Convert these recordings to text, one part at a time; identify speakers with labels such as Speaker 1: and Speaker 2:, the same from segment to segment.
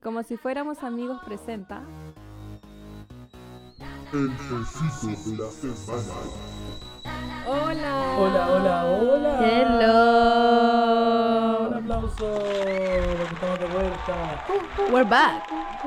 Speaker 1: Como si fuéramos amigos presenta.
Speaker 2: El quesito de la semana.
Speaker 1: Hola.
Speaker 3: Hola, hola, hola. Un
Speaker 4: Hello.
Speaker 3: aplauso. Porque estamos de vuelta.
Speaker 4: We're back.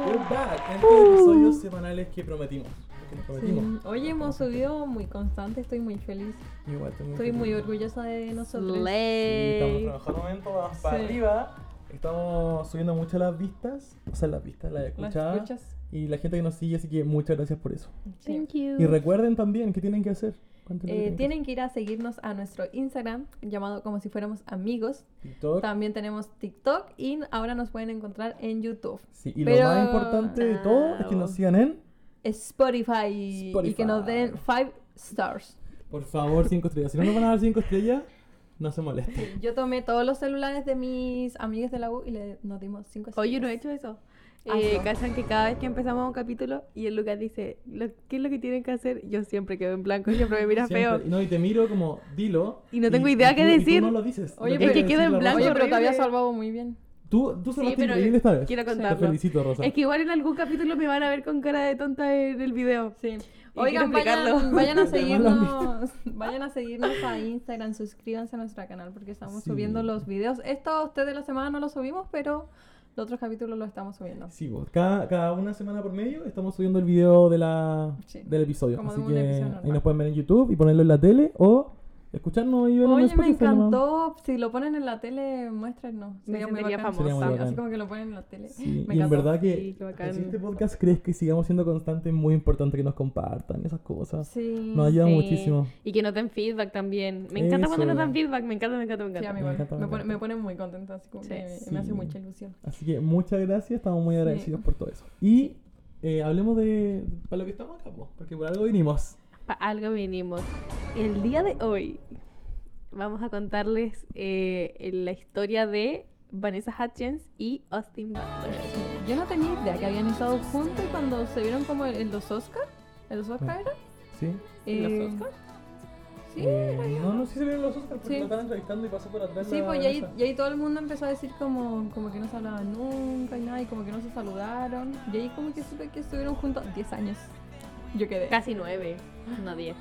Speaker 3: We're back. Estos episodios semanales que prometimos. Que nos prometimos.
Speaker 1: Sí. Hoy hemos subido muy constante, estoy muy feliz.
Speaker 3: Igual, estoy muy,
Speaker 1: Estoy
Speaker 3: feliz.
Speaker 1: muy orgullosa de nosotros.
Speaker 3: Sí, Estamos
Speaker 4: Slay.
Speaker 3: trabajando un momento, vamos para
Speaker 1: Sí.
Speaker 3: arriba. Estamos subiendo mucho las vistas. O sea, las vistas, las
Speaker 1: ¿Las
Speaker 3: escuchadas.
Speaker 1: escuchas?
Speaker 3: y la gente que nos sigue, así que muchas gracias por eso.
Speaker 1: Sí.
Speaker 4: Thank you.
Speaker 3: Y recuerden también, ¿qué tienen que hacer? ¿Cuánto es lo que
Speaker 1: Eh,
Speaker 3: que
Speaker 1: tienen que ir a seguirnos a nuestro Instagram llamado como si fuéramos amigos.
Speaker 3: hacer? TikTok.
Speaker 1: También tenemos TikTok y ahora nos pueden encontrar en YouTube,
Speaker 3: Sí, y
Speaker 1: Pero-
Speaker 3: lo más importante de todo es que nos sigan en.
Speaker 1: Spotify, y- y que nos den 5 stars.
Speaker 3: Por favor, 5 estrellas. Si no nos van a dar 5 estrellas, no se molesten.
Speaker 1: Yo tomé todos los celulares de mis amigas de la U y le, nos dimos 5 estrellas.
Speaker 4: Oye, Oh, no he hecho eso.
Speaker 1: Ah,
Speaker 4: Eh,
Speaker 1: no.
Speaker 4: Cachan que cada vez que empezamos un capítulo y el Lucas dice, "Lo- ¿qué es lo que tienen que hacer? Yo siempre quedo en blanco, siempre me mira
Speaker 3: Siempre.
Speaker 4: feo.
Speaker 3: Y No, y te miro como, dilo.
Speaker 4: Y no tengo idea qué
Speaker 3: tú- y tú
Speaker 4: decir.
Speaker 3: no lo dices.
Speaker 1: Oye,
Speaker 3: Lo
Speaker 1: pero-
Speaker 3: que
Speaker 1: Es
Speaker 4: que queda
Speaker 3: decir
Speaker 4: en
Speaker 3: la
Speaker 4: blanco,
Speaker 1: Oye,
Speaker 3: Rosa.
Speaker 1: pero te
Speaker 4: horrible.
Speaker 1: había salvado muy bien.
Speaker 3: Tú, tú
Speaker 4: Sí,
Speaker 3: sonaste
Speaker 4: pero
Speaker 3: increíble esta vez.
Speaker 4: quiero
Speaker 3: Te
Speaker 4: contarlo.
Speaker 3: felicito, Rosa.
Speaker 4: Es que igual en algún capítulo me van a ver con cara de tonta en el video.
Speaker 1: Sí.
Speaker 4: Y
Speaker 1: Oigan,
Speaker 4: quiero
Speaker 1: vayan,
Speaker 4: explicarlo.
Speaker 1: vayan a
Speaker 3: Te mando a
Speaker 1: seguirnos, vayan a seguirnos a Instagram, suscríbanse a nuestro canal porque estamos
Speaker 3: Sí.
Speaker 1: subiendo los videos. Esto ustedes de la semana no lo subimos, pero los otros capítulos lo estamos subiendo.
Speaker 3: Sí, vos. Cada, cada una semana por medio estamos subiendo el video de la,
Speaker 1: Sí.
Speaker 3: del episodio.
Speaker 1: Como de
Speaker 3: Así
Speaker 1: un
Speaker 3: que
Speaker 1: episodio
Speaker 3: ahí
Speaker 1: normal.
Speaker 3: nos pueden ver en YouTube y ponerlo en la tele o escucharnos y verlo en
Speaker 1: Oye, me
Speaker 3: Spotify. nomás.
Speaker 1: encantó. Si lo ponen en la tele, muéstrenos.
Speaker 4: Me
Speaker 1: Sería muy
Speaker 4: sentiría
Speaker 1: bacán.
Speaker 4: famosa.
Speaker 3: Sería muy
Speaker 1: Así
Speaker 3: bacán.
Speaker 1: como que lo ponen en la tele.
Speaker 3: Sí,
Speaker 1: Me
Speaker 3: y en
Speaker 1: encantó.
Speaker 3: verdad
Speaker 4: Sí,
Speaker 3: que
Speaker 4: qué bacán.
Speaker 3: que si este podcast crees que sigamos siendo constantes, es muy importante que nos compartan esas cosas.
Speaker 1: Sí.
Speaker 3: Nos ayuda
Speaker 4: Sí.
Speaker 3: muchísimo.
Speaker 4: Y que nos den feedback también. Me encanta cuando
Speaker 3: Eso.
Speaker 4: nos dan feedback, me encanta, me encanta, me
Speaker 1: Sí, a mí
Speaker 4: encanta.
Speaker 3: Me
Speaker 1: igual.
Speaker 3: encanta, me
Speaker 1: Me pone,
Speaker 3: encanta.
Speaker 1: me pone muy contenta, así como
Speaker 4: Sí.
Speaker 1: que
Speaker 3: Sí.
Speaker 1: me hace mucha ilusión.
Speaker 3: Así que muchas gracias, estamos muy agradecidos por todo eso.
Speaker 1: Sí.
Speaker 3: Y eh, hablemos de para lo que estamos acá, po, porque por algo vinimos.
Speaker 4: Pa- algo vinimos. El día de hoy vamos a contarles eh, la historia de Vanessa Hutchins y Austin Butler.
Speaker 1: Yo no tenía idea que habían estado juntos y cuando se vieron como en los Oscars. ¿En los Oscars era?
Speaker 3: ¿Sí?
Speaker 4: ¿En los
Speaker 1: Eh,
Speaker 4: Oscars?
Speaker 1: Sí,
Speaker 3: Eh, no, no sé si se vieron los Oscars porque
Speaker 1: Sí.
Speaker 3: lo estaban entrevistando y pasó por atrás.
Speaker 1: Sí,
Speaker 3: la
Speaker 1: pues y ahí,
Speaker 3: mesa.
Speaker 1: y ahí todo el mundo empezó a decir como, como que no se hablaban nunca y nada, y como que no se saludaron. Y ahí como que supe que estuvieron juntos 10 años. Yo quedé.
Speaker 4: Casi nueve, no diez,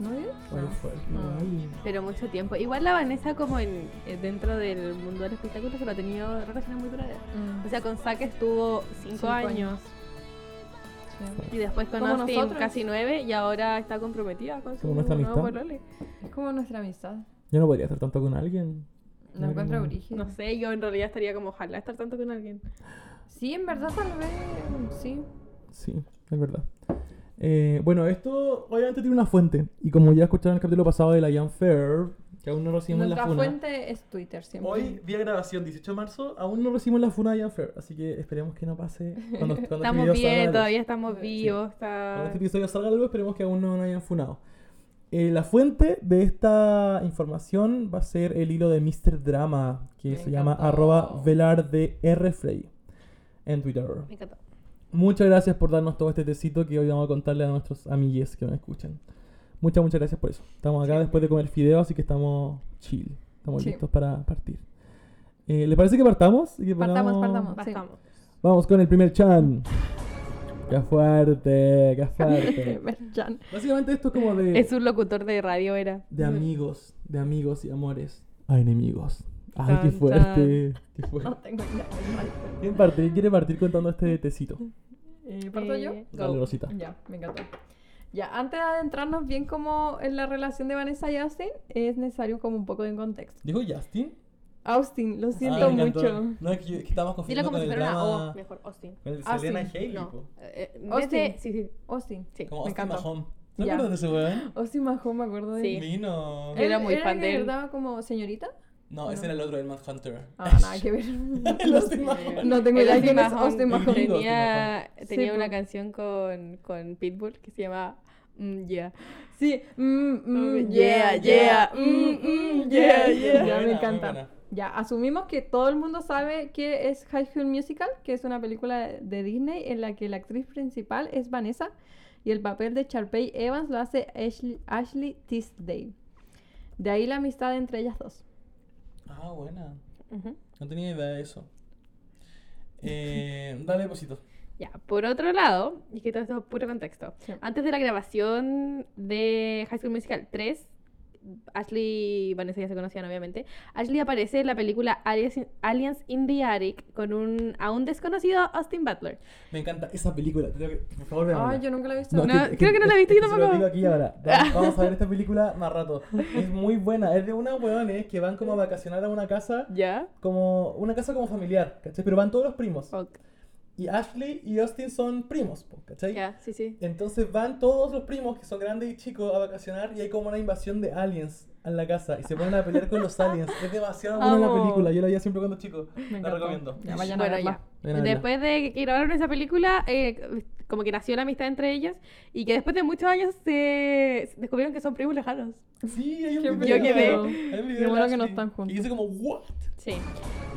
Speaker 1: ¿No diez? Ah.
Speaker 3: Ay,
Speaker 1: No.
Speaker 3: fue-
Speaker 1: No.
Speaker 3: ay.
Speaker 4: pero mucho tiempo. Igual la Vanessa como en, eh, dentro del mundo del espectáculo se lo ha tenido relaciones muy duraderas.
Speaker 1: Mm,
Speaker 4: O sea, con Zac estuvo cinco,
Speaker 1: Cinco
Speaker 4: años
Speaker 1: sí.
Speaker 4: y después con
Speaker 1: Como
Speaker 4: Austin
Speaker 1: nosotros.
Speaker 4: casi nueve y ahora está comprometida con su
Speaker 3: Como nuestra
Speaker 4: nuevo
Speaker 3: amistad.
Speaker 4: polole.
Speaker 1: Es como nuestra amistad.
Speaker 3: Yo no podría hacer tanto con alguien.
Speaker 1: No encuentro
Speaker 3: como-
Speaker 1: origen.
Speaker 4: No sé, yo en realidad estaría como ojalá estar tanto con alguien.
Speaker 1: Sí, en verdad tal vez. Sí.
Speaker 3: Sí, es verdad. Eh, bueno, esto obviamente tiene una fuente. Y como ya escucharon en el capítulo pasado de la Young Fair, que aún no recibimos
Speaker 1: Nuestra
Speaker 3: la funa.
Speaker 1: fuente pues. es Twitter siempre.
Speaker 3: Hoy, día de grabación, 18 de marzo, aún no recibimos la funa de Young Fair. Así que esperemos que no pase. Cuando, cuando este
Speaker 4: Estamos
Speaker 3: video salga a la
Speaker 4: bien,
Speaker 3: luz.
Speaker 4: todavía estamos vivos.
Speaker 3: Cuando
Speaker 1: Ah.
Speaker 4: Está...
Speaker 3: este episodio salga algo, esperemos que aún no nos hayan funado. Eh, la fuente de esta información va a ser el hilo de Mr. Drama, que
Speaker 1: Me
Speaker 3: se llama
Speaker 1: encantó.
Speaker 3: arroba velar de rfrey en Twitter.
Speaker 4: Me encantó.
Speaker 3: Muchas gracias por darnos todo este tecito que hoy vamos a contarle a nuestros amigues que nos escuchan. Muchas, muchas gracias por eso. Estamos acá después de comer fideo, así que estamos chill. Estamos
Speaker 1: Sí.
Speaker 3: listos para partir. Eh, ¿Le parece que partamos? Y que
Speaker 1: Partamos,
Speaker 3: ponamos-
Speaker 1: partamos.
Speaker 4: Bastamos.
Speaker 3: Vamos con el primer chan. ¡Qué fuerte! ¡Qué fuerte!
Speaker 1: Merchan.
Speaker 3: Básicamente esto es como de,
Speaker 4: Es un locutor de radio, era.
Speaker 3: de amigos, de amigos y amores a enemigos. ¡Ay, qué
Speaker 4: Tan,
Speaker 3: fuerte! ¡Qué
Speaker 1: No
Speaker 3: fuerte!
Speaker 1: tengo idea.
Speaker 3: ¿Quién parte- quiere partir contando este tecito?
Speaker 1: Eh, ¿Parto yo?
Speaker 4: Eh,
Speaker 3: Dale, Rosita.
Speaker 1: Ya, me encantó. Ya, antes de adentrarnos bien como en la relación de Vanessa y Austin, es necesario como un poco de contexto.
Speaker 3: ¿Dijo Justin?
Speaker 1: Austin, lo siento
Speaker 3: Ah, me encantó.
Speaker 1: mucho.
Speaker 3: No, es que, yo- es que estábamos confundiendo
Speaker 4: Dilo como
Speaker 3: con
Speaker 4: si
Speaker 3: el
Speaker 4: fuera una
Speaker 3: drama...
Speaker 4: O, mejor Austin.
Speaker 3: Con el
Speaker 1: Ah,
Speaker 3: Selena
Speaker 1: sí.
Speaker 3: Haley,
Speaker 4: No.
Speaker 3: po.
Speaker 4: eh, eh,
Speaker 1: Austin.
Speaker 4: desde- Sí, sí.
Speaker 1: Austin.
Speaker 4: sí.
Speaker 3: Como
Speaker 1: Me
Speaker 3: Austin
Speaker 1: encanta.
Speaker 3: Mahone. ¿Te
Speaker 1: Ya.
Speaker 3: acuerdas de ese weón?
Speaker 1: Austin Mahone, me acuerdo de
Speaker 4: Sí. Eh,
Speaker 1: él.
Speaker 3: Vino.
Speaker 4: Yo era muy fan
Speaker 1: que
Speaker 4: de él.
Speaker 1: ¿Verdad? como señorita?
Speaker 3: No, ese era el otro, el Manhunter.
Speaker 1: Ah, nada que ver.
Speaker 3: el Austin Mahone.
Speaker 1: No tengo
Speaker 4: Eh, El
Speaker 1: idea
Speaker 4: Austin
Speaker 1: quién es
Speaker 4: Mahone
Speaker 1: Austin Mahone.
Speaker 3: gringo.
Speaker 4: Tenía,
Speaker 1: Sí,
Speaker 4: tenía
Speaker 1: po.
Speaker 4: una canción con, con Pitbull que se llama mm, Yeah.
Speaker 1: Sí. Mm, mm,
Speaker 4: Mm,
Speaker 1: yeah,
Speaker 4: yeah,
Speaker 1: yeah.
Speaker 4: yeah.
Speaker 1: Mm, mm, yeah,
Speaker 4: Mm,
Speaker 1: yeah.
Speaker 4: yeah.
Speaker 1: Ya me
Speaker 3: Buena,
Speaker 1: encanta.
Speaker 3: muy buena.
Speaker 1: Ya, asumimos que todo el mundo sabe que es High School Musical, que es una película de Disney en la que la actriz principal es Vanessa y el papel de Charpey Evans lo hace Ashley, Ashley Tisdale. De ahí la amistad entre ellas dos.
Speaker 3: Ah, buena.
Speaker 4: Ujú.
Speaker 3: No tenía idea de eso. Eh, dale, Posito.
Speaker 4: Ya, por otro lado, y que todo esto es puro contexto.
Speaker 1: Sí.
Speaker 4: Antes de la grabación de High School Musical 3, Ashley y Vanessa ya se conocían, obviamente. Ashley aparece en la película Alias- Aliens in the Attic con un aún desconocido Austin Butler.
Speaker 3: Me encanta esa película. Te tengo que- por favor, vean.
Speaker 1: Ay, yo nunca la he visto.
Speaker 4: No,
Speaker 3: es
Speaker 4: creo que no la
Speaker 3: es
Speaker 4: viste, yo
Speaker 3: es se
Speaker 4: tampoco.
Speaker 3: lo digo aquí ahora. Va- Vamos a ver esta película más rato. Es muy buena. Es de unos hueones que van como a vacacionar a una casa,
Speaker 4: ¿Ya?
Speaker 3: como una casa como familiar, ¿cachai? Pero van todos los primos.
Speaker 4: Ok.
Speaker 3: Y Ashley y Austin son primos, po, ¿cachai?
Speaker 4: Ya, sí, sí.
Speaker 3: Entonces van todos los primos que son grandes y chicos a vacacionar y hay como una invasión de aliens en la casa y se ponen a pelear con los aliens. Es demasiado buena la
Speaker 4: Amo.
Speaker 3: película, yo la veía siempre cuando chico.
Speaker 1: Me
Speaker 3: La
Speaker 1: encantó.
Speaker 3: recomiendo.
Speaker 1: Ya, vayan a
Speaker 4: Bueno,
Speaker 1: verla.
Speaker 4: ya.
Speaker 3: Ven a verla.
Speaker 4: Después de que grabaron esa película, eh, como que nació la amistad entre ellos y que después de muchos años se se descubrieron que son primos lejanos.
Speaker 3: Sí, hay un
Speaker 1: Qué
Speaker 3: video.
Speaker 4: bello. Yo
Speaker 1: quedé.
Speaker 3: Hay un video
Speaker 1: Qué
Speaker 3: de
Speaker 1: bueno que no
Speaker 3: Ashley.
Speaker 1: están juntos.
Speaker 3: Y dice como, ¿what?
Speaker 4: Sí.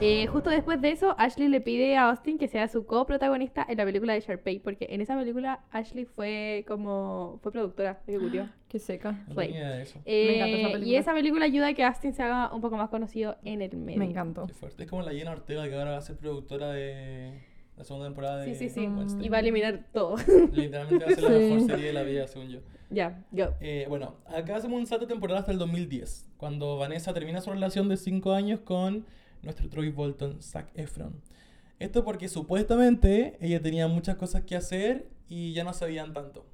Speaker 4: Eh, justo después de eso, Ashley le pide a Austin que sea su coprotagonista en la película de Sharpay, porque en esa película Ashley fue como fue productora ejecutiva.
Speaker 1: Qué seca.
Speaker 3: No
Speaker 4: Play.
Speaker 3: tenía idea de eso.
Speaker 1: Me encanta esa
Speaker 4: Eh, Y
Speaker 1: película.
Speaker 4: esa película ayuda a que Austin se haga un poco más conocido en el medio.
Speaker 1: Me encantó.
Speaker 3: Qué fuerte. Es como la Jenna Ortega que ahora va a ser productora de la segunda temporada de
Speaker 4: Sí, sí, sí.
Speaker 3: Wednesday.
Speaker 4: Y va a eliminar todo.
Speaker 3: Literalmente va a ser la
Speaker 1: Sí.
Speaker 3: mejor serie de la vida, según yo.
Speaker 4: ya, yo.
Speaker 3: Eh, bueno, acá hacemos un salto temporal hasta el 2010, cuando Vanessa termina su relación de 5 años con nuestro Troy Bolton, Zac Efron. Esto porque supuestamente ella tenía muchas cosas que hacer y ya no sabían tanto.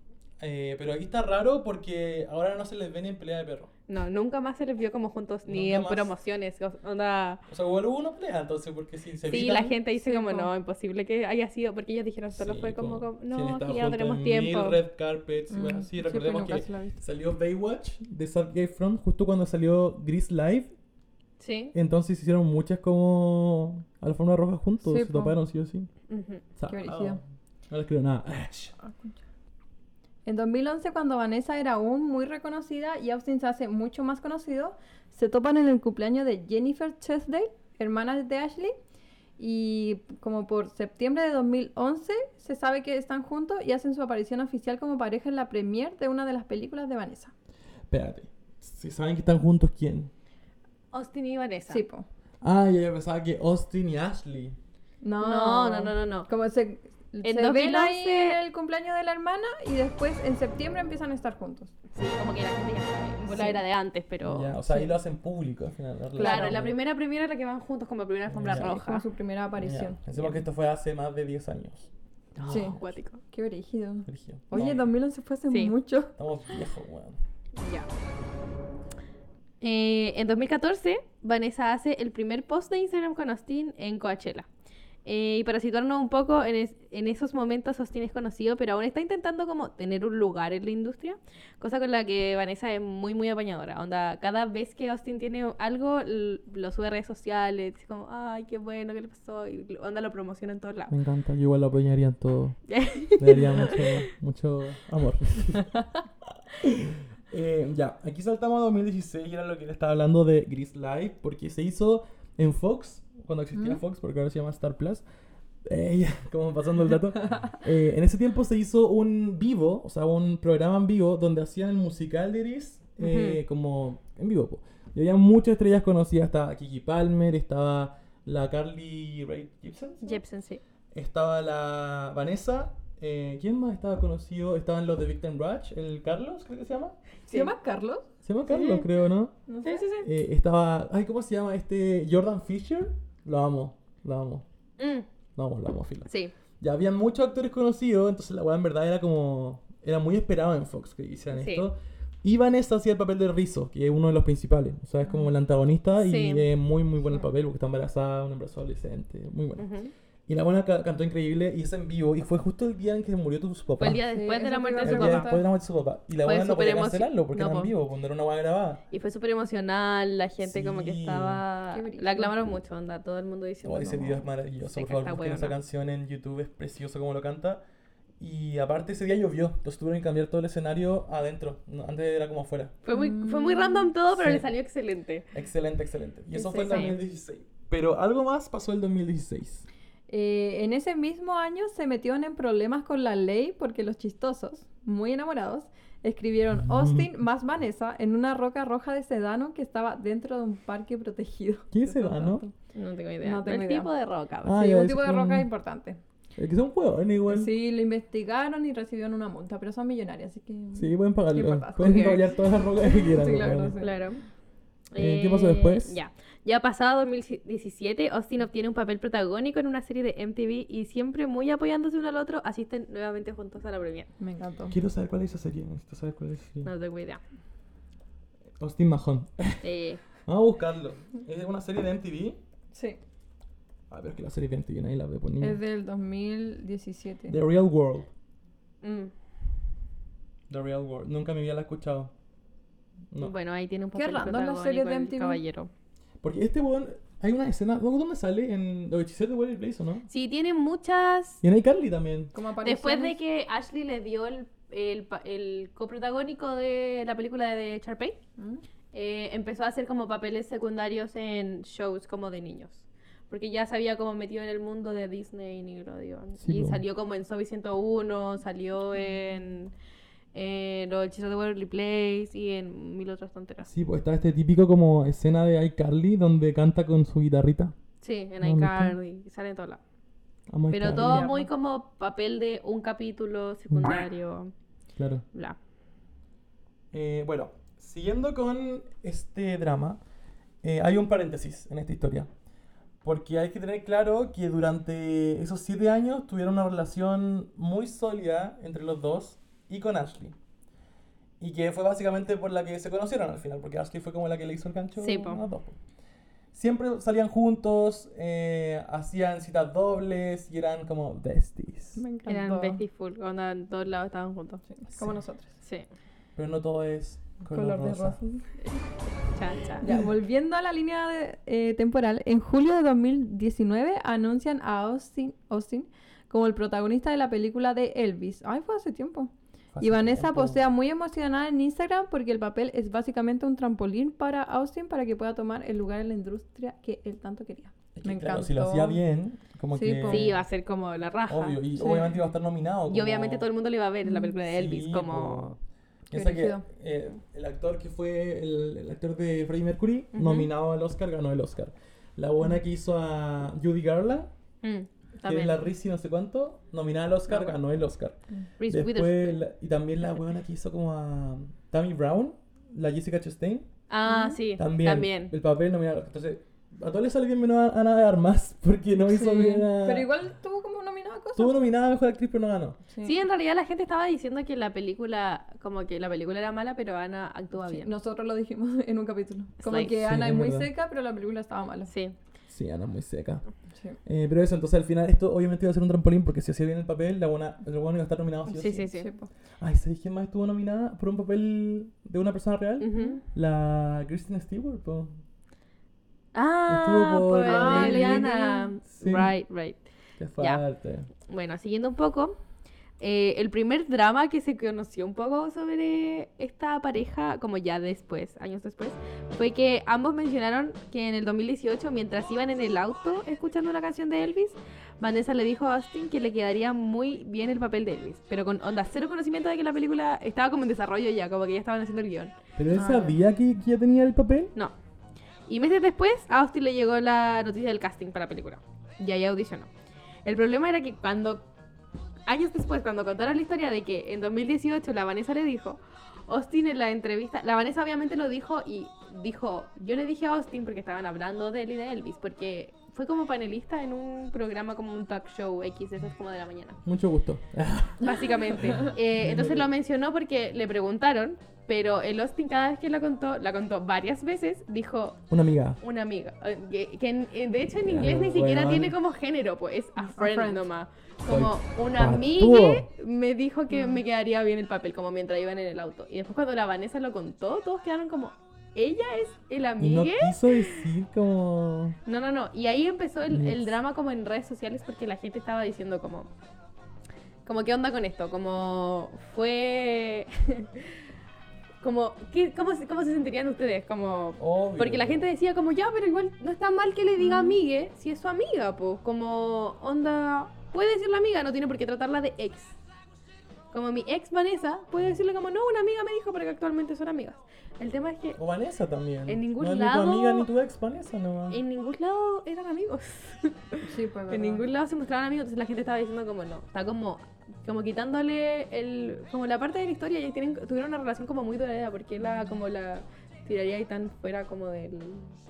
Speaker 3: Eh, pero aquí está raro porque ahora no se les ven en pelea de perro.
Speaker 4: No, nunca más se les vio como juntos, ni
Speaker 3: Nunca
Speaker 4: en
Speaker 3: más.
Speaker 4: promociones. o- Onda...
Speaker 3: O sea, hubo una pelea entonces, porque si se
Speaker 4: Sí,
Speaker 3: evitan-
Speaker 4: la gente dice
Speaker 1: Sí,
Speaker 4: como,
Speaker 1: como-
Speaker 4: no, imposible que haya sido, porque ellos dijeron solo
Speaker 3: Sí,
Speaker 4: fue como,
Speaker 3: po.
Speaker 4: como,
Speaker 3: Sí, han
Speaker 4: no,
Speaker 3: estado
Speaker 4: que ya no
Speaker 3: juntos
Speaker 4: tenemos
Speaker 3: en
Speaker 4: tiempo.
Speaker 3: Mil red carpets, y
Speaker 1: Mm,
Speaker 3: bueno,
Speaker 1: sí,
Speaker 3: sí,
Speaker 1: pero
Speaker 3: recordemos
Speaker 1: nunca
Speaker 3: que
Speaker 1: se la he visto.
Speaker 3: salió Baywatch de Zac Efron justo cuando salió Grease Live
Speaker 4: Sí.
Speaker 3: Entonces hicieron muchas como a la forma roja juntos,
Speaker 1: Sí,
Speaker 3: se
Speaker 1: po.
Speaker 3: toparon sí o sí.
Speaker 4: Ujú.
Speaker 1: Qué
Speaker 3: Zafado.
Speaker 1: brígido.
Speaker 3: No les creo nada. Ah,
Speaker 1: En 2011, cuando Vanessa era aún muy reconocida y Austin se hace mucho más conocido, se topan en el cumpleaños de Jennifer Chesdale, hermana de Ashley, y como por septiembre de 2011 se sabe que están juntos y hacen su aparición oficial como pareja en la premiere de una de las películas de Vanessa.
Speaker 3: Espérate. Si saben que están juntos, ¿quién?
Speaker 4: Austin y Vanessa.
Speaker 1: Sí, po.
Speaker 3: Ah, ya yo pensaba que Austin y Ashley.
Speaker 1: No,
Speaker 4: No, no, no, no, no.
Speaker 1: Como se,
Speaker 4: En
Speaker 1: se ven ahí
Speaker 4: 2011
Speaker 1: en el cumpleaños de la hermana y después en septiembre empiezan a estar juntos.
Speaker 4: Sí, como que la gente ya sabe. Bola
Speaker 1: Sí.
Speaker 4: era de antes, pero.
Speaker 3: Ya, o sea, ahí lo hacen público al final.
Speaker 4: Oh, Claro, la primera primera es la que van juntos como primera alfombra
Speaker 3: Ya.
Speaker 1: Es como
Speaker 4: roja.
Speaker 1: su primera aparición.
Speaker 3: Pensé porque esto fue hace más de 10 años.
Speaker 4: Oh,
Speaker 1: Sí.
Speaker 4: acuático.
Speaker 1: Qué brígido.
Speaker 3: Brígido.
Speaker 1: Oye,
Speaker 3: No,
Speaker 1: 2011 fue hace
Speaker 4: Sí.
Speaker 1: mucho.
Speaker 3: Estamos viejos, weón.
Speaker 4: Ya. Eh, en 2014, Vanessa hace el primer post de Instagram con Austin en Coachella. Eh, y para situarnos un poco, en, es- en esos momentos Austin es conocido, pero aún está intentando como tener un lugar en la industria, cosa con la que Vanessa es muy, muy apañadora. Onda, cada vez que Austin tiene algo, l- lo sube a redes sociales, dice como, ay, qué bueno, qué le pasó, y lo- onda, lo promociona en todos lados.
Speaker 3: Me encanta, yo igual lo apoyaría en todo. Le daría mucho, mucho amor. Eh, ya, aquí saltamos a 2016 y era lo que le estaba hablando de Gris Live, porque se hizo en Fox, cuando existía
Speaker 1: Mm.
Speaker 3: Fox, porque ahora se llama Star Plus. Eh, ya, como pasando el dato. Eh, en ese tiempo se hizo un vivo, o sea, un programa en vivo donde hacían el musical de Gris, eh, como en vivo. po. Y había muchas estrellas conocidas, estaba Kiki Palmer, estaba la Carly Rae Jepsen. ¿se llama?
Speaker 4: Jepsen, sí.
Speaker 3: Estaba la Vanessa. eh, ¿Quién más estaba conocido? Estaban los de Victim Rush. El Carlos, creo que se llama.
Speaker 1: ¿Se llama Carlos?
Speaker 3: Se llama Carlos, creo, ¿no?
Speaker 1: No
Speaker 4: Sí,
Speaker 1: sé.
Speaker 4: sí, sí.
Speaker 3: Eh, estaba. Ay, ¿cómo se llama este? Jordan Fisher. Lo amo, lo amo.
Speaker 4: Mm,
Speaker 3: Lo amo, lo amo, filo.
Speaker 4: sí.
Speaker 3: Ya había muchos actores conocidos, entonces la weá en verdad era como. Era muy esperado en Fox que hicieran
Speaker 4: Sí.
Speaker 3: esto. Y Vanessa hacía el papel de Rizzo, que es uno de los principales. O sea, es como el antagonista
Speaker 4: Mm. Sí.
Speaker 3: y es muy, muy bueno el papel porque está embarazada, un embarazo adolescente. Muy bueno.
Speaker 4: Ujú.
Speaker 3: Y la buena ca- cantó increíble y es en vivo. Y fue justo el día en que murió tu, su papá.
Speaker 4: Fue el día
Speaker 1: Sí,
Speaker 4: después de
Speaker 1: eso
Speaker 4: la
Speaker 1: te
Speaker 4: muerte
Speaker 1: iba a
Speaker 3: El día
Speaker 4: de su
Speaker 1: preguntar.
Speaker 4: papá.
Speaker 3: después de la muerte de su papá. Y la
Speaker 4: Fue
Speaker 3: buena no
Speaker 4: súper
Speaker 3: podía
Speaker 4: emoci-
Speaker 3: cancelarlo porque
Speaker 4: No,
Speaker 3: era en
Speaker 4: po.
Speaker 3: vivo, cuando era una buena grabada.
Speaker 4: Y fue súper emocional, la gente como que
Speaker 3: Sí.
Speaker 4: estaba...
Speaker 1: Qué brillo.
Speaker 4: La aclamaron mucho, onda, todo el mundo diciendo...
Speaker 3: Oh, ese
Speaker 4: como,
Speaker 3: video es maravilloso.
Speaker 4: saca
Speaker 3: Por favor,
Speaker 4: esta
Speaker 3: busquen esa
Speaker 4: huevona.
Speaker 3: canción en YouTube. Es precioso como lo canta. Y aparte ese día llovió. Entonces tuvieron que cambiar todo el escenario adentro. No, Antes era como afuera.
Speaker 4: Fue muy, fue
Speaker 1: Mm,
Speaker 4: muy random todo, pero
Speaker 3: Sí.
Speaker 4: le salió excelente.
Speaker 3: Excelente, excelente. Y eso fue en
Speaker 4: Sí.
Speaker 3: 2016. Pero algo más pasó el 2016.
Speaker 1: Eh, en ese mismo año se metieron en problemas con la ley porque los chistosos, muy enamorados, Escribieron
Speaker 3: Mm.
Speaker 1: Austin más Vanessa en una roca roja de sedano que estaba dentro de un parque protegido.
Speaker 3: ¿Qué es sedano?
Speaker 4: No tengo idea.
Speaker 1: No tengo
Speaker 4: el
Speaker 1: idea.
Speaker 4: tipo de roca.
Speaker 3: Ah,
Speaker 1: sí,
Speaker 3: ya,
Speaker 1: un
Speaker 3: es
Speaker 1: tipo de
Speaker 3: como
Speaker 1: roca
Speaker 3: un-
Speaker 1: importante.
Speaker 3: Es que son huevones igual. Sí,
Speaker 1: Sí, lo investigaron y recibieron una multa, pero son millonarios, así que...
Speaker 3: pueden pagarlo.
Speaker 1: No importa,
Speaker 3: eh, Pueden
Speaker 4: ok.
Speaker 3: rollar todas las rocas que quieran.
Speaker 1: Sí, claro,
Speaker 3: weón.
Speaker 1: sí.
Speaker 4: Claro.
Speaker 3: Eh, ¿qué pasó después?
Speaker 4: Ya. Ya pasado 2017, Austin obtiene un papel protagónico en una serie de MTV y siempre muy apoyándose uno al otro, asisten nuevamente juntos a la premiere.
Speaker 1: Me encantó.
Speaker 3: Quiero saber cuál es esa serie. Necesito saber cuál es esa serie.
Speaker 4: No tengo idea.
Speaker 3: Austin Mahon.
Speaker 4: Eh,
Speaker 3: Vamos a buscarlo. Es de una serie de MTV.
Speaker 1: Sí,
Speaker 3: Ah, pero es que la serie de MTV nadie la ve por niños.
Speaker 1: es del 2017.
Speaker 3: The Real World.
Speaker 4: mm,
Speaker 3: The Real World. Nunca en mi vida la he escuchado. No.
Speaker 4: mm, Bueno, ahí tiene un
Speaker 1: Qué
Speaker 4: papel
Speaker 1: random las
Speaker 4: protagónico
Speaker 1: series de
Speaker 4: el
Speaker 1: MTV.
Speaker 4: caballero. Porque
Speaker 3: Porque este weón. Hay una escena. ¿no? ¿Dónde sale? En Los Hechiceros de Waverly Place, ¿o no?
Speaker 4: Sí, tiene muchas
Speaker 3: Y en iCarly también.
Speaker 1: Como
Speaker 4: Después de
Speaker 1: apariciones.
Speaker 4: que Ashley le dio el, el, pa- el coprotagónico de la película de Sharpay,
Speaker 1: ¿Mm?
Speaker 4: eh, empezó a hacer como papeles secundarios en shows como de niños. Porque ya se había como metido en el mundo de Disney y Nickelodeon.
Speaker 3: Sí,
Speaker 4: y
Speaker 3: po. Mm.
Speaker 4: salió como en Zombie 101, salió en, en Los Hechizos de Waverly Place y en mil otras tonteras.
Speaker 3: Sí, pues está este típico como escena de iCarly donde canta con su guitarrita.
Speaker 4: Sí, en
Speaker 3: No, no está.
Speaker 4: iCarly, sale en todo lado.
Speaker 3: Amo
Speaker 4: Pero
Speaker 3: iCarly.
Speaker 4: todo
Speaker 1: Guillermo.
Speaker 4: muy como papel de un capítulo secundario,
Speaker 3: Claro.
Speaker 4: bla.
Speaker 3: Eh, bueno, siguiendo con este drama, eh, hay un paréntesis en esta historia. Porque hay que tener claro que durante esos siete años tuvieron una relación muy sólida entre los dos y con Ashley. Y que fue básicamente por la que se conocieron al final, porque Ashley fue como la que le hizo el gancho
Speaker 4: Sí, po.
Speaker 3: a los dos. po. Siempre salían juntos, eh, hacían citas dobles y eran como besties.
Speaker 1: Me encantó.
Speaker 4: Eran bestie full, cuando en todos lados estaban juntos.
Speaker 1: Como
Speaker 3: Sí.
Speaker 1: nosotros.
Speaker 4: Sí,
Speaker 3: Pero no todo es color,
Speaker 1: Color de
Speaker 3: rosa.
Speaker 1: rosas.
Speaker 4: cha, cha.
Speaker 1: Ya, volviendo a la línea de- eh, temporal, en julio de 2019 anuncian a Austin, Austin como el protagonista de la película de Elvis. Ay, fue hace tiempo.
Speaker 3: Fácil
Speaker 1: Y Vanessa
Speaker 3: tiempo.
Speaker 1: postea muy emocionada en Instagram porque el papel es básicamente un trampolín para Austin para que pueda tomar el lugar en la industria que él tanto quería.
Speaker 3: Es que,
Speaker 1: Me
Speaker 3: claro,
Speaker 1: encantó.
Speaker 3: si lo hacía bien, como
Speaker 1: Sí,
Speaker 3: que...
Speaker 1: po.
Speaker 4: Sí, iba a ser como la raja.
Speaker 3: Obvio, y
Speaker 1: sí.
Speaker 3: obviamente iba a estar nominado.
Speaker 4: Y obviamente todo el mundo le iba a ver la película de Elvis,
Speaker 3: Sí, po.
Speaker 4: como...
Speaker 3: Piensa que
Speaker 1: brígido.
Speaker 3: eh, el actor que fue el, el actor de Freddie Mercury,
Speaker 4: Ujú.
Speaker 3: nominado al Oscar, ganó el Oscar. La buena que hizo a Judy Garland,
Speaker 4: Mm,
Speaker 3: que es
Speaker 4: también.
Speaker 3: la Rizzi no sé cuánto, nominada al Oscar,
Speaker 4: La buena.
Speaker 3: ganó el Oscar.
Speaker 4: Reese
Speaker 3: Después,
Speaker 4: Witherspoon.
Speaker 3: la- y también la buena que hizo como a Tammy Brown, la Jessica Chastain,
Speaker 4: Ah, sí,
Speaker 3: también,
Speaker 4: también.
Speaker 3: el papel nominado. al Oscar. Entonces, a todos les sale bien menos a Ana de Armas, porque no hizo
Speaker 1: Sí.
Speaker 3: bien a...
Speaker 1: Pero igual tuvo como nominada cosas.
Speaker 3: Estuvo nominada a Mejor Actriz, pero no ganó.
Speaker 1: Sí.
Speaker 4: Sí, en realidad la gente estaba diciendo que la película, como que la película era mala, pero Ana actúa
Speaker 1: Sí,
Speaker 4: bien.
Speaker 1: nosotros lo dijimos en un capítulo. Como
Speaker 4: Slay.
Speaker 1: que
Speaker 3: Sí,
Speaker 1: Ana
Speaker 3: es
Speaker 1: es muy
Speaker 3: verdad.
Speaker 1: seca, pero la película estaba mala.
Speaker 4: Sí,
Speaker 3: Sí, Ana muy seca.
Speaker 1: Sí.
Speaker 3: Eh, pero eso, entonces al final esto obviamente iba a ser un trampolín porque si hacía bien el papel, la buena, el bueno iba a estar nominado. Sí, o
Speaker 4: sí,
Speaker 3: sí.
Speaker 4: sí, sí.
Speaker 1: Sí, po.
Speaker 3: Ay, ¿sabéis quién más estuvo nominada por un papel de una persona real?
Speaker 4: Ujú.
Speaker 3: La Kristen Stewart, po.
Speaker 4: Ah,
Speaker 3: Estuvo por
Speaker 4: por
Speaker 1: ah,
Speaker 3: la
Speaker 4: Liliana.
Speaker 3: Liliana. Sí.
Speaker 4: pues, Right, right.
Speaker 3: Qué
Speaker 4: Ya.
Speaker 3: fuerte.
Speaker 4: Bueno, siguiendo un poco, eh, el primer drama que se conoció un poco sobre esta pareja, como ya después, años después, fue que ambos mencionaron que en el 2018, mientras iban en el auto escuchando una canción de Elvis, Vanessa le dijo a Austin que le quedaría muy bien el papel de Elvis, pero con onda cero conocimiento de que la película estaba como en desarrollo ya, como que ya estaban haciendo el guión.
Speaker 3: ¿Pero él
Speaker 1: Ah.
Speaker 3: sabía que, que ya tenía el papel?
Speaker 4: No. Y meses después, a Austin le llegó la noticia del casting para la película. Y ahí audicionó. El problema era que cuando, años después, cuando contaron la historia de que en 2018 la Vanessa le dijo, Austin en la entrevista, la Vanessa obviamente lo dijo y dijo, yo le dije a Austin porque estaban hablando de él y de Elvis, porque fue como panelista en un programa como un talk show X, eso es como de la mañana
Speaker 3: Mucho gusto.
Speaker 4: básicamente. Eh, entonces lo mencionó porque le preguntaron, pero el Austin cada vez que la contó, la contó varias veces, dijo
Speaker 3: Una amiga.
Speaker 4: una amiga. Eh, Que, que en- eh, de hecho en
Speaker 3: Ya,
Speaker 4: inglés ni
Speaker 3: weón.
Speaker 4: siquiera tiene como género, pues es a friend,
Speaker 1: friend.
Speaker 4: nomás. Como una
Speaker 3: patúo.
Speaker 4: amiga me dijo que me quedaría bien el papel, como mientras iban en el auto. Y después cuando la Vanessa lo contó, todos quedaron como, ¿ella es el
Speaker 3: Y no
Speaker 4: amigue?
Speaker 3: quiso decir como...
Speaker 4: No, no, no. Y ahí empezó el, el
Speaker 3: Yes.
Speaker 4: drama como en redes sociales porque la gente estaba diciendo como... Como, ¿qué onda con esto? Como fue... como, ¿qué, cómo, se- ¿Cómo se sentirían ustedes? Como...
Speaker 3: Obvio.
Speaker 4: Porque la gente decía como, ya, pero igual no está mal que le diga amigue si es su amiga, pues. Como, onda... Puede decir la amiga, no tiene por qué tratarla de ex. Como mi ex Vanessa, puede decirle como, no, una amiga me dijo, pero que actualmente son amigas. El tema es que
Speaker 3: O Vanessa también.
Speaker 4: En ningún
Speaker 3: no,
Speaker 4: lado-
Speaker 3: Ni tu amiga ni tu ex Vanessa nomás.
Speaker 4: en ningún lado eran amigos.
Speaker 1: Sí, pues.
Speaker 4: en ningún lado se mostraban amigos, entonces la gente estaba diciendo como, no, está como como quitándole el como la parte de la historia y tienen, tuvieron una relación como muy duradera porque la como la tiraría y tan fuera como del,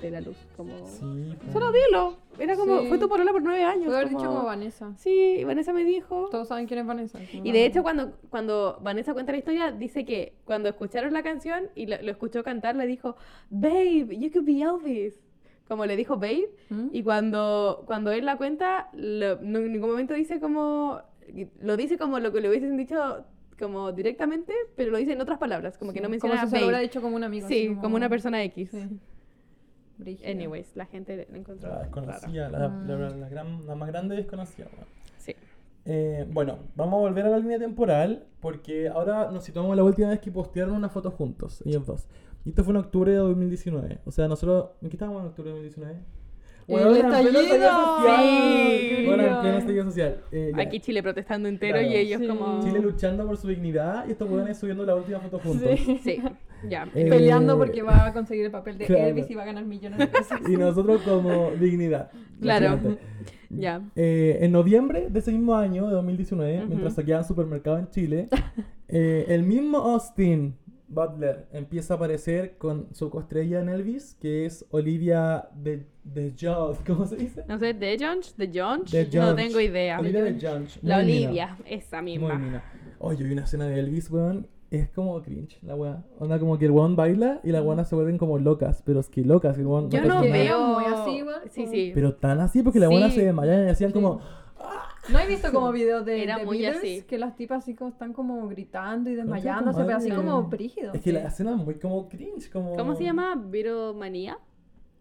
Speaker 4: de la luz como
Speaker 3: Sí. pues.
Speaker 4: solo dilo era como
Speaker 1: Sí.
Speaker 4: fue tu polola por nueve años
Speaker 1: Puedo haber
Speaker 4: como-
Speaker 1: dicho como Vanessa.
Speaker 4: Sí, y Vanessa me dijo.
Speaker 1: Todos saben quién es Vanessa. como
Speaker 4: Y
Speaker 1: no-
Speaker 4: de hecho, cuando, cuando Vanessa cuenta la historia, dice que cuando escucharon la canción y lo, lo escuchó cantar, le dijo, Babe, you could be Elvis. Como le dijo Babe.
Speaker 1: ¿Mm?
Speaker 4: Y cuando, cuando él la cuenta, lo- no- en ningún momento dice como. Lo dice como lo que le hubiesen dicho como directamente, pero lo dice en otras palabras, como que
Speaker 1: Sí,
Speaker 4: no menciona
Speaker 1: Como si
Speaker 4: a
Speaker 1: se lo hubiera
Speaker 4: Babe.
Speaker 1: dicho como un amigo.
Speaker 4: sí,
Speaker 1: así
Speaker 4: como... una persona X.
Speaker 1: Sí. Brígido.
Speaker 4: Anyways, la gente la encontró.
Speaker 3: La
Speaker 4: rara.
Speaker 3: desconocida, la, la- la-
Speaker 1: Mm.
Speaker 3: la gran- la más grande desconocida. weón.
Speaker 4: Sí.
Speaker 3: Eh, bueno, vamos a volver a la línea temporal porque ahora nos situamos en la última vez que postearon una foto juntos, ellos dos. Y esto fue en octubre de 2019. O sea, nosotros. ¿En qué estábamos en octubre de 2019?
Speaker 1: ¡El
Speaker 3: Weón, en pleno
Speaker 1: estallido!
Speaker 3: social.
Speaker 1: Sí,
Speaker 3: Weón, en
Speaker 1: brígido.
Speaker 3: pleno estallido social. Eh, ya.
Speaker 4: Aquí Chile protestando entero
Speaker 3: Claro.
Speaker 4: y ellos
Speaker 1: Sí.
Speaker 4: como...
Speaker 3: Chile luchando por su dignidad y estos weones subiendo la última foto juntos.
Speaker 1: Sí.
Speaker 4: Sí, ya.
Speaker 3: Eh,
Speaker 1: Peleando porque va a conseguir el papel de
Speaker 3: claro.
Speaker 1: Elvis y va a ganar millones de pesos.
Speaker 3: Y nosotros como dignidad.
Speaker 4: Claro.
Speaker 3: básicamente.
Speaker 4: Ya.
Speaker 3: Eh, en noviembre de ese mismo año, de 2019,
Speaker 4: Ujú.
Speaker 3: mientras saqueaban supermercado en Chile, eh, el mismo Austin Butler empieza a aparecer con su coestrella en Elvis, que es Olivia de, de Jones. ¿Cómo se dice?
Speaker 4: No sé, ¿de Jones? ¿De Jones?
Speaker 3: De
Speaker 4: No
Speaker 3: Jones.
Speaker 4: tengo idea.
Speaker 3: Olivia de Jones.
Speaker 4: La
Speaker 3: Muy mina,
Speaker 4: Olivia, esa
Speaker 3: Muy
Speaker 4: misma.
Speaker 3: mina. Oye, vi una escena de Elvis, weón. Es como cringe, la weá. Onda como que el weón baila y las weonas se vuelven como locas. Pero es que locas, el weón.
Speaker 4: Yo
Speaker 3: no
Speaker 4: no
Speaker 3: cachó nada.
Speaker 4: veo...
Speaker 1: Muy así igual,
Speaker 4: Sí,
Speaker 1: como-
Speaker 4: sí.
Speaker 3: Pero tan así, porque las
Speaker 4: Sí.
Speaker 3: buenas se desmayaban y hacían como.
Speaker 1: No he visto como videos de,
Speaker 4: Era
Speaker 1: de
Speaker 4: muy
Speaker 1: Beatles
Speaker 4: así.
Speaker 1: que las tipas así como están como gritando y
Speaker 3: Concha de tu
Speaker 1: desmayándose, pero así
Speaker 3: madre.
Speaker 1: como brígido.
Speaker 3: Es que la escena es muy como cringe, como...
Speaker 4: ¿Cómo se llama? ¿Viromanía?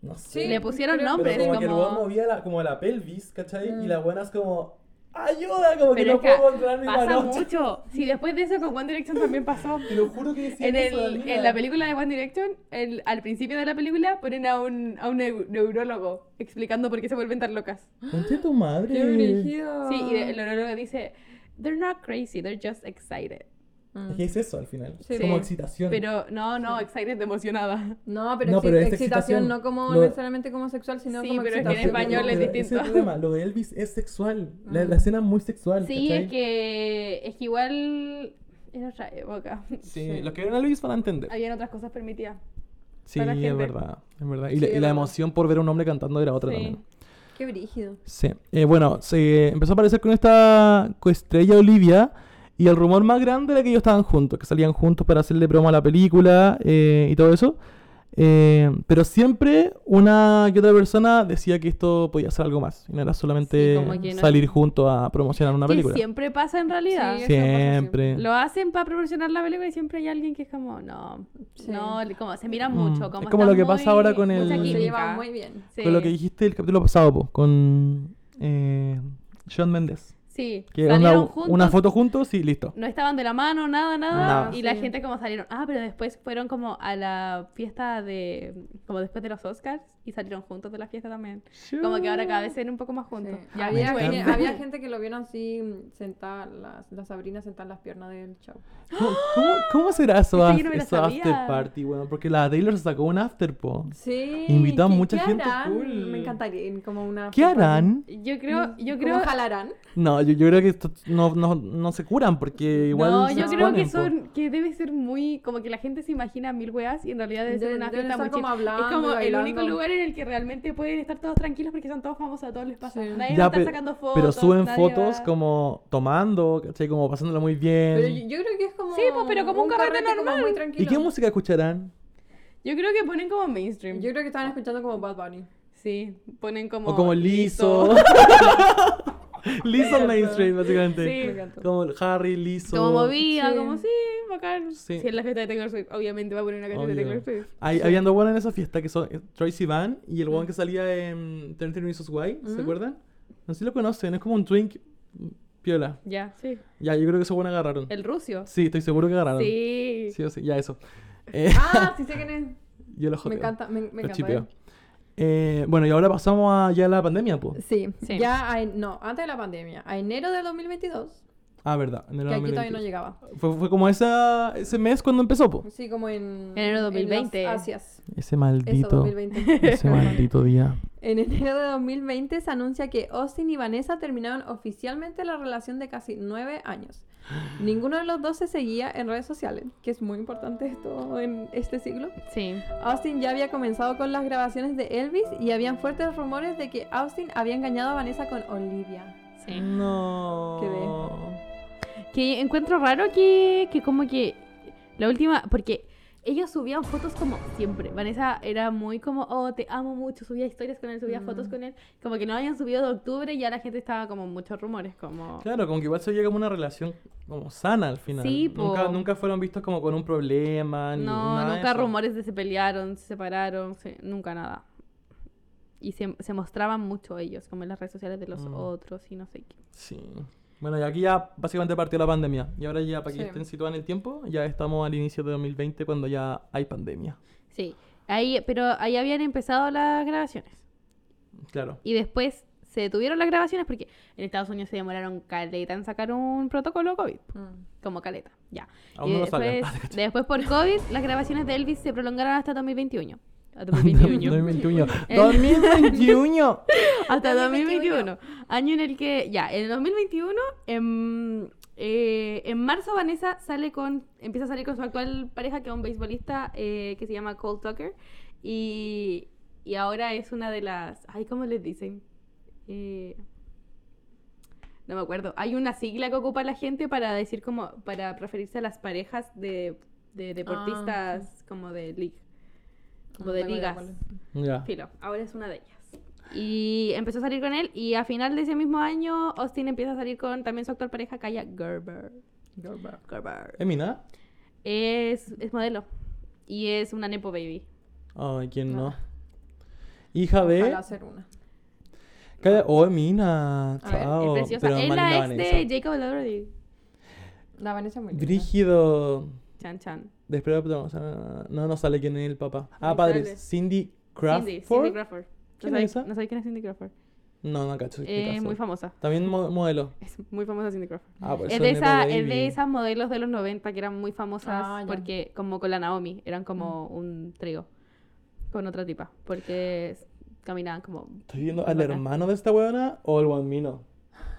Speaker 3: No sé.
Speaker 1: Sí,
Speaker 4: Le pusieron
Speaker 1: creo-
Speaker 3: Pero
Speaker 4: nombre,
Speaker 3: como,
Speaker 4: es
Speaker 3: que el
Speaker 4: como-
Speaker 3: weón movía la, como la pelvis, ¿cachai?
Speaker 1: Mm.
Speaker 3: Y la buena es como... ¡Ayuda! Como que
Speaker 4: Pero
Speaker 3: no
Speaker 4: es que
Speaker 3: puedo controlar mi
Speaker 4: Pasa
Speaker 3: mano.
Speaker 4: mucho. Sí, después de eso con One Direction también pasó.
Speaker 3: Te lo juro que decía
Speaker 4: En,
Speaker 3: eso,
Speaker 4: el,
Speaker 3: amiga.
Speaker 4: en la película de One Direction, el- al principio de la película ponen a un, a un neu- neurólogo explicando por qué se vuelven tan locas.
Speaker 3: Concha de tu madre.
Speaker 1: Qué brígido.
Speaker 4: Sí, y
Speaker 3: Oh.
Speaker 4: el neurólogo dice, they're not crazy, they're just excited.
Speaker 1: Mm.
Speaker 3: Es que es eso al final.
Speaker 1: Sí.
Speaker 3: Como
Speaker 4: Sí.
Speaker 3: excitación.
Speaker 4: Pero no, no, excited de emocionada.
Speaker 1: No, pero,
Speaker 3: No,
Speaker 1: exi-
Speaker 3: pero es
Speaker 1: excitación,
Speaker 3: excitación.
Speaker 1: no como
Speaker 3: Lo-
Speaker 1: necesariamente como sexual, sino
Speaker 4: Sí,
Speaker 1: como
Speaker 4: pero es que
Speaker 3: No,
Speaker 4: en
Speaker 1: excitación.
Speaker 3: pero-
Speaker 4: español es
Speaker 3: pero ese
Speaker 4: distinto.
Speaker 3: el tema. Lo de Elvis es sexual. La,
Speaker 1: Mm.
Speaker 3: la escena es muy sexual,
Speaker 4: Sí,
Speaker 3: ¿cachai?
Speaker 4: es que, es que igual en otra época
Speaker 1: Sí.
Speaker 3: los que vieron a Elvis van a entender.
Speaker 4: habían otras cosas permitidas.
Speaker 3: Sí,
Speaker 4: para la gente.
Speaker 3: Es verdad. Y,
Speaker 1: Sí,
Speaker 3: la-
Speaker 1: es
Speaker 3: y la
Speaker 1: verdad.
Speaker 3: emoción por ver a un hombre cantando era otra
Speaker 4: Sí.
Speaker 3: también.
Speaker 1: Qué brígido.
Speaker 3: Sí, eh, bueno, se empezó a aparecer con esta coestrella Olivia y el rumor más grande era que ellos estaban juntos, que salían juntos para hacerle broma a la película eh, y todo eso. Eh, pero siempre una que otra persona decía que esto podía ser algo más y no era solamente
Speaker 4: Sí, como que no-
Speaker 3: salir juntos a promocionar una
Speaker 4: Que
Speaker 3: película.
Speaker 4: siempre pasa en realidad.
Speaker 1: Sí,
Speaker 3: Siempre.
Speaker 4: Lo hacen para proporcionar la película y siempre hay alguien que es como, no,
Speaker 1: Sí.
Speaker 4: no, le- como se mira
Speaker 3: Mm,
Speaker 4: mucho.
Speaker 3: es
Speaker 4: Como
Speaker 3: como
Speaker 4: está
Speaker 3: lo que pasa ahora
Speaker 4: muy-
Speaker 3: con el-
Speaker 4: mucha
Speaker 3: Se
Speaker 1: Se
Speaker 4: química.
Speaker 1: lleva muy bien.
Speaker 4: Sí,
Speaker 3: Con lo que dijiste el capítulo pasado, po, con eh, John Méndez.
Speaker 4: sí.
Speaker 3: Que era una,
Speaker 4: salieron
Speaker 3: una
Speaker 4: juntos,
Speaker 3: foto juntos y listo.
Speaker 4: No estaban de la mano, nada, nada.
Speaker 3: Nada.
Speaker 4: Y la
Speaker 1: Sí.
Speaker 4: gente como salieron. Ah, pero después fueron como a la fiesta de. Como después de los Oscars y salieron juntos de la fiesta también. Como que ahora cada vez se ven un poco más juntos.
Speaker 1: Sí.
Speaker 4: Ya,
Speaker 1: había,
Speaker 3: me
Speaker 1: gen-
Speaker 3: encanta.
Speaker 1: había gente que lo vieron así, mm, sentar, las, la Sabrina sentar las piernas del chavo.
Speaker 3: ¿Cómo, cómo, cómo será eso,
Speaker 4: Esta
Speaker 3: af-
Speaker 4: yo no me la
Speaker 3: eso
Speaker 4: sabía.
Speaker 3: after party, weón? Porque la Taylor se sacó un after, po.
Speaker 1: Sí.
Speaker 3: Invitó a
Speaker 1: ¿qué-
Speaker 3: mucha
Speaker 1: qué
Speaker 3: gente
Speaker 1: harán?
Speaker 3: cool.
Speaker 1: Me encantaría ir como una.
Speaker 3: ¿Qué harán?
Speaker 4: Yo creo, yo
Speaker 1: ¿Cómo
Speaker 4: creo.
Speaker 1: jalarán?
Speaker 3: No, yo, yo creo que esto no, no, no se curan porque igual.
Speaker 4: no,
Speaker 3: se
Speaker 4: yo creo que
Speaker 3: exponen, po.
Speaker 4: son, que debe ser muy, como que la gente se imagina mil weas y en realidad debe ser
Speaker 1: Deben-
Speaker 4: una
Speaker 1: deben
Speaker 4: fiesta
Speaker 1: estar
Speaker 4: muy
Speaker 1: como
Speaker 4: chill.
Speaker 1: hablando
Speaker 4: Es
Speaker 1: y
Speaker 4: como el
Speaker 1: bailando.
Speaker 4: único lugar en el que realmente pueden estar todos tranquilos porque son todos famosos, a todos les pasa.
Speaker 1: Sí.
Speaker 4: Nadie
Speaker 3: Ya,
Speaker 4: va a estar
Speaker 3: pe-
Speaker 4: sacando fotos.
Speaker 3: Pero suben
Speaker 4: nadie
Speaker 3: fotos
Speaker 4: va-
Speaker 3: como tomando, ¿cachai? Como pasándola muy bien.
Speaker 1: Pero yo, yo creo que es como.
Speaker 4: Sí, pues, pero como un carrete
Speaker 1: como
Speaker 4: normal.
Speaker 1: muy
Speaker 4: ¿Y
Speaker 1: tranquilo.
Speaker 3: ¿Y qué música escucharán?
Speaker 4: Yo creo que ponen como mainstream.
Speaker 1: Yo creo que estaban escuchando como Bad Bunny.
Speaker 4: Sí, ponen como...
Speaker 3: O como Liso. Liso mainstream, básicamente.
Speaker 4: Sí.
Speaker 1: Me encantó.
Speaker 3: Como Harry, Liso.
Speaker 4: Como movida,
Speaker 1: Sí.
Speaker 4: como sí, bacán.
Speaker 3: Sí.
Speaker 4: Si es la fiesta de Taylor Swift, obviamente va a poner una canción de
Speaker 3: Obvio.
Speaker 4: Taylor Swift.
Speaker 3: Hay, Habían dos buenas en esa fiesta que son eh, Tracy Van y el
Speaker 1: Mm.
Speaker 3: one que salía en 30 Reasons Why, ¿se
Speaker 1: Ujú.
Speaker 3: acuerdan? No sé si lo conocen, es como un twink mm, piola.
Speaker 4: Ya, sí.
Speaker 3: Ya, yo creo que esos buenos agarraron.
Speaker 4: El rucio.
Speaker 3: Sí, estoy seguro que agarraron.
Speaker 4: Sí.
Speaker 3: Ah. Sí o sí, ya eso. Eh,
Speaker 1: Ah, sí sé quién es.
Speaker 3: yo lo jodeo.
Speaker 1: Me encanta, me, me
Speaker 3: Lo
Speaker 1: encanta.
Speaker 3: chipeo. Eh, bueno, y ahora pasamos a ya la pandemia, pues.
Speaker 1: Sí,
Speaker 4: Sí.
Speaker 1: ya a en- no, antes de la pandemia, a enero del 2022,
Speaker 3: Ah, verdad. En el
Speaker 1: que
Speaker 3: año
Speaker 1: aquí todavía no
Speaker 3: 2022.
Speaker 1: llegaba.
Speaker 3: Fue, fue como esa, ese mes cuando empezó, po.
Speaker 1: Sí, como en...
Speaker 4: Enero
Speaker 1: en
Speaker 4: 2020.
Speaker 1: las Asias.
Speaker 3: Ese
Speaker 1: Eso,
Speaker 3: maldito.
Speaker 1: 2020.
Speaker 3: ese maldito día.
Speaker 1: En enero de 2020 se anuncia que Austin y Vanessa terminaron oficialmente la relación de casi nueve años. Ninguno de los dos se seguía en redes sociales, que es muy importante esto en este siglo.
Speaker 4: Sí.
Speaker 1: Austin ya había comenzado con las grabaciones de Elvis y habían fuertes rumores de que Austin había engañado a Vanessa con Olivia.
Speaker 4: Sí.
Speaker 3: No.
Speaker 1: Qué
Speaker 4: Que encuentro raro que, que como que la última, porque ellos subían fotos como siempre. Vanessa era muy como, oh, te amo mucho, subía historias con él, subía
Speaker 1: Mm.
Speaker 4: fotos con él. Como que no habían subido de octubre y ya la gente estaba como muchos rumores, como...
Speaker 3: Claro, como que igual se llega como una relación como sana al final.
Speaker 4: Sí, po.
Speaker 3: nunca, nunca fueron vistos como con un problema. Ni
Speaker 4: No,
Speaker 3: nada de
Speaker 4: nunca
Speaker 3: eso.
Speaker 4: rumores de se pelearon, se separaron, se- nunca nada. Y se, se mostraban mucho ellos, como en las redes sociales de los
Speaker 3: Mm.
Speaker 4: otros y no sé qué.
Speaker 3: Sí. Bueno, y aquí ya básicamente partió la pandemia. Y ahora ya, para que
Speaker 1: Sí.
Speaker 3: estén situados en el tiempo, ya estamos al inicio de 2020 cuando ya hay pandemia.
Speaker 4: Sí, ahí, pero ahí habían empezado las grabaciones.
Speaker 3: Claro.
Speaker 4: Y después se detuvieron las grabaciones porque en Estados Unidos se demoraron caleta en sacar un protocolo COVID.
Speaker 1: Mm,
Speaker 4: Como caleta, ya.
Speaker 3: Aún
Speaker 4: Y
Speaker 3: no lo saben.
Speaker 4: después, después por COVID, las grabaciones de Elvis se prolongaron hasta 2021. Hasta 2021.
Speaker 3: 2021.
Speaker 4: El-
Speaker 3: 2021.
Speaker 4: hasta
Speaker 1: 2021.
Speaker 4: 2021. Año en el que, ya, en el 2021, en, eh, en marzo Vanessa sale con, empieza a salir con su actual pareja, que es un beisbolista eh, que se llama Cole Tucker. Y, y ahora es una de las, ay, ¿cómo les dicen? Eh, no me acuerdo. Hay una sigla que ocupa la gente para decir como, para referirse a las parejas de, de deportistas como de league, como de ligas.
Speaker 3: ya.
Speaker 4: Filo, ahora es una de ellas. Y empezó a salir con él y a final de ese mismo año Austin empieza a salir con también su actual pareja, Kaya Gerber. Gerber.
Speaker 3: Emina.
Speaker 4: Es, es modelo y es una Nepo Baby.
Speaker 3: Ay, ¿quién no?
Speaker 1: No.
Speaker 4: Ah.
Speaker 3: Hija de.
Speaker 1: Para hacer una.
Speaker 3: Calla- Oh, Emina.
Speaker 1: A ver, es
Speaker 3: Chao.
Speaker 4: es preciosa. Es
Speaker 3: mal
Speaker 4: la ex
Speaker 3: Vanessa.
Speaker 4: de Jacob Elordi.
Speaker 1: La Vanessa es muy linda.
Speaker 3: Brígido.
Speaker 4: Chan Chan.
Speaker 3: Después no, no, no sale quién es el papá. Ah,
Speaker 4: No
Speaker 3: padres.
Speaker 4: sale.
Speaker 3: Cindy Crawford.
Speaker 4: Cindy, Cindy Crawford.
Speaker 3: ¿Quién
Speaker 4: no
Speaker 3: es
Speaker 4: sabéis
Speaker 3: esa?
Speaker 4: no sabéis quién es Cindy Crawford.
Speaker 3: No, no cacho. qué
Speaker 4: Es
Speaker 3: caso.
Speaker 4: muy famosa.
Speaker 3: También mo- modelo.
Speaker 4: Es muy famosa Cindy Crawford.
Speaker 3: Ah, por
Speaker 4: Es
Speaker 3: eso
Speaker 4: de,
Speaker 3: Nepo
Speaker 4: esa, es
Speaker 3: Baby.
Speaker 4: de esas modelos de los 90 que eran muy famosas
Speaker 1: Ah, ya. Mm.
Speaker 4: porque como con la Naomi, eran como un trío con otra tipa, porque s- caminaban como...
Speaker 3: ¿Estoy viendo
Speaker 4: Muy
Speaker 3: al
Speaker 4: bacán.
Speaker 3: hermano de esta weona o el guanmino?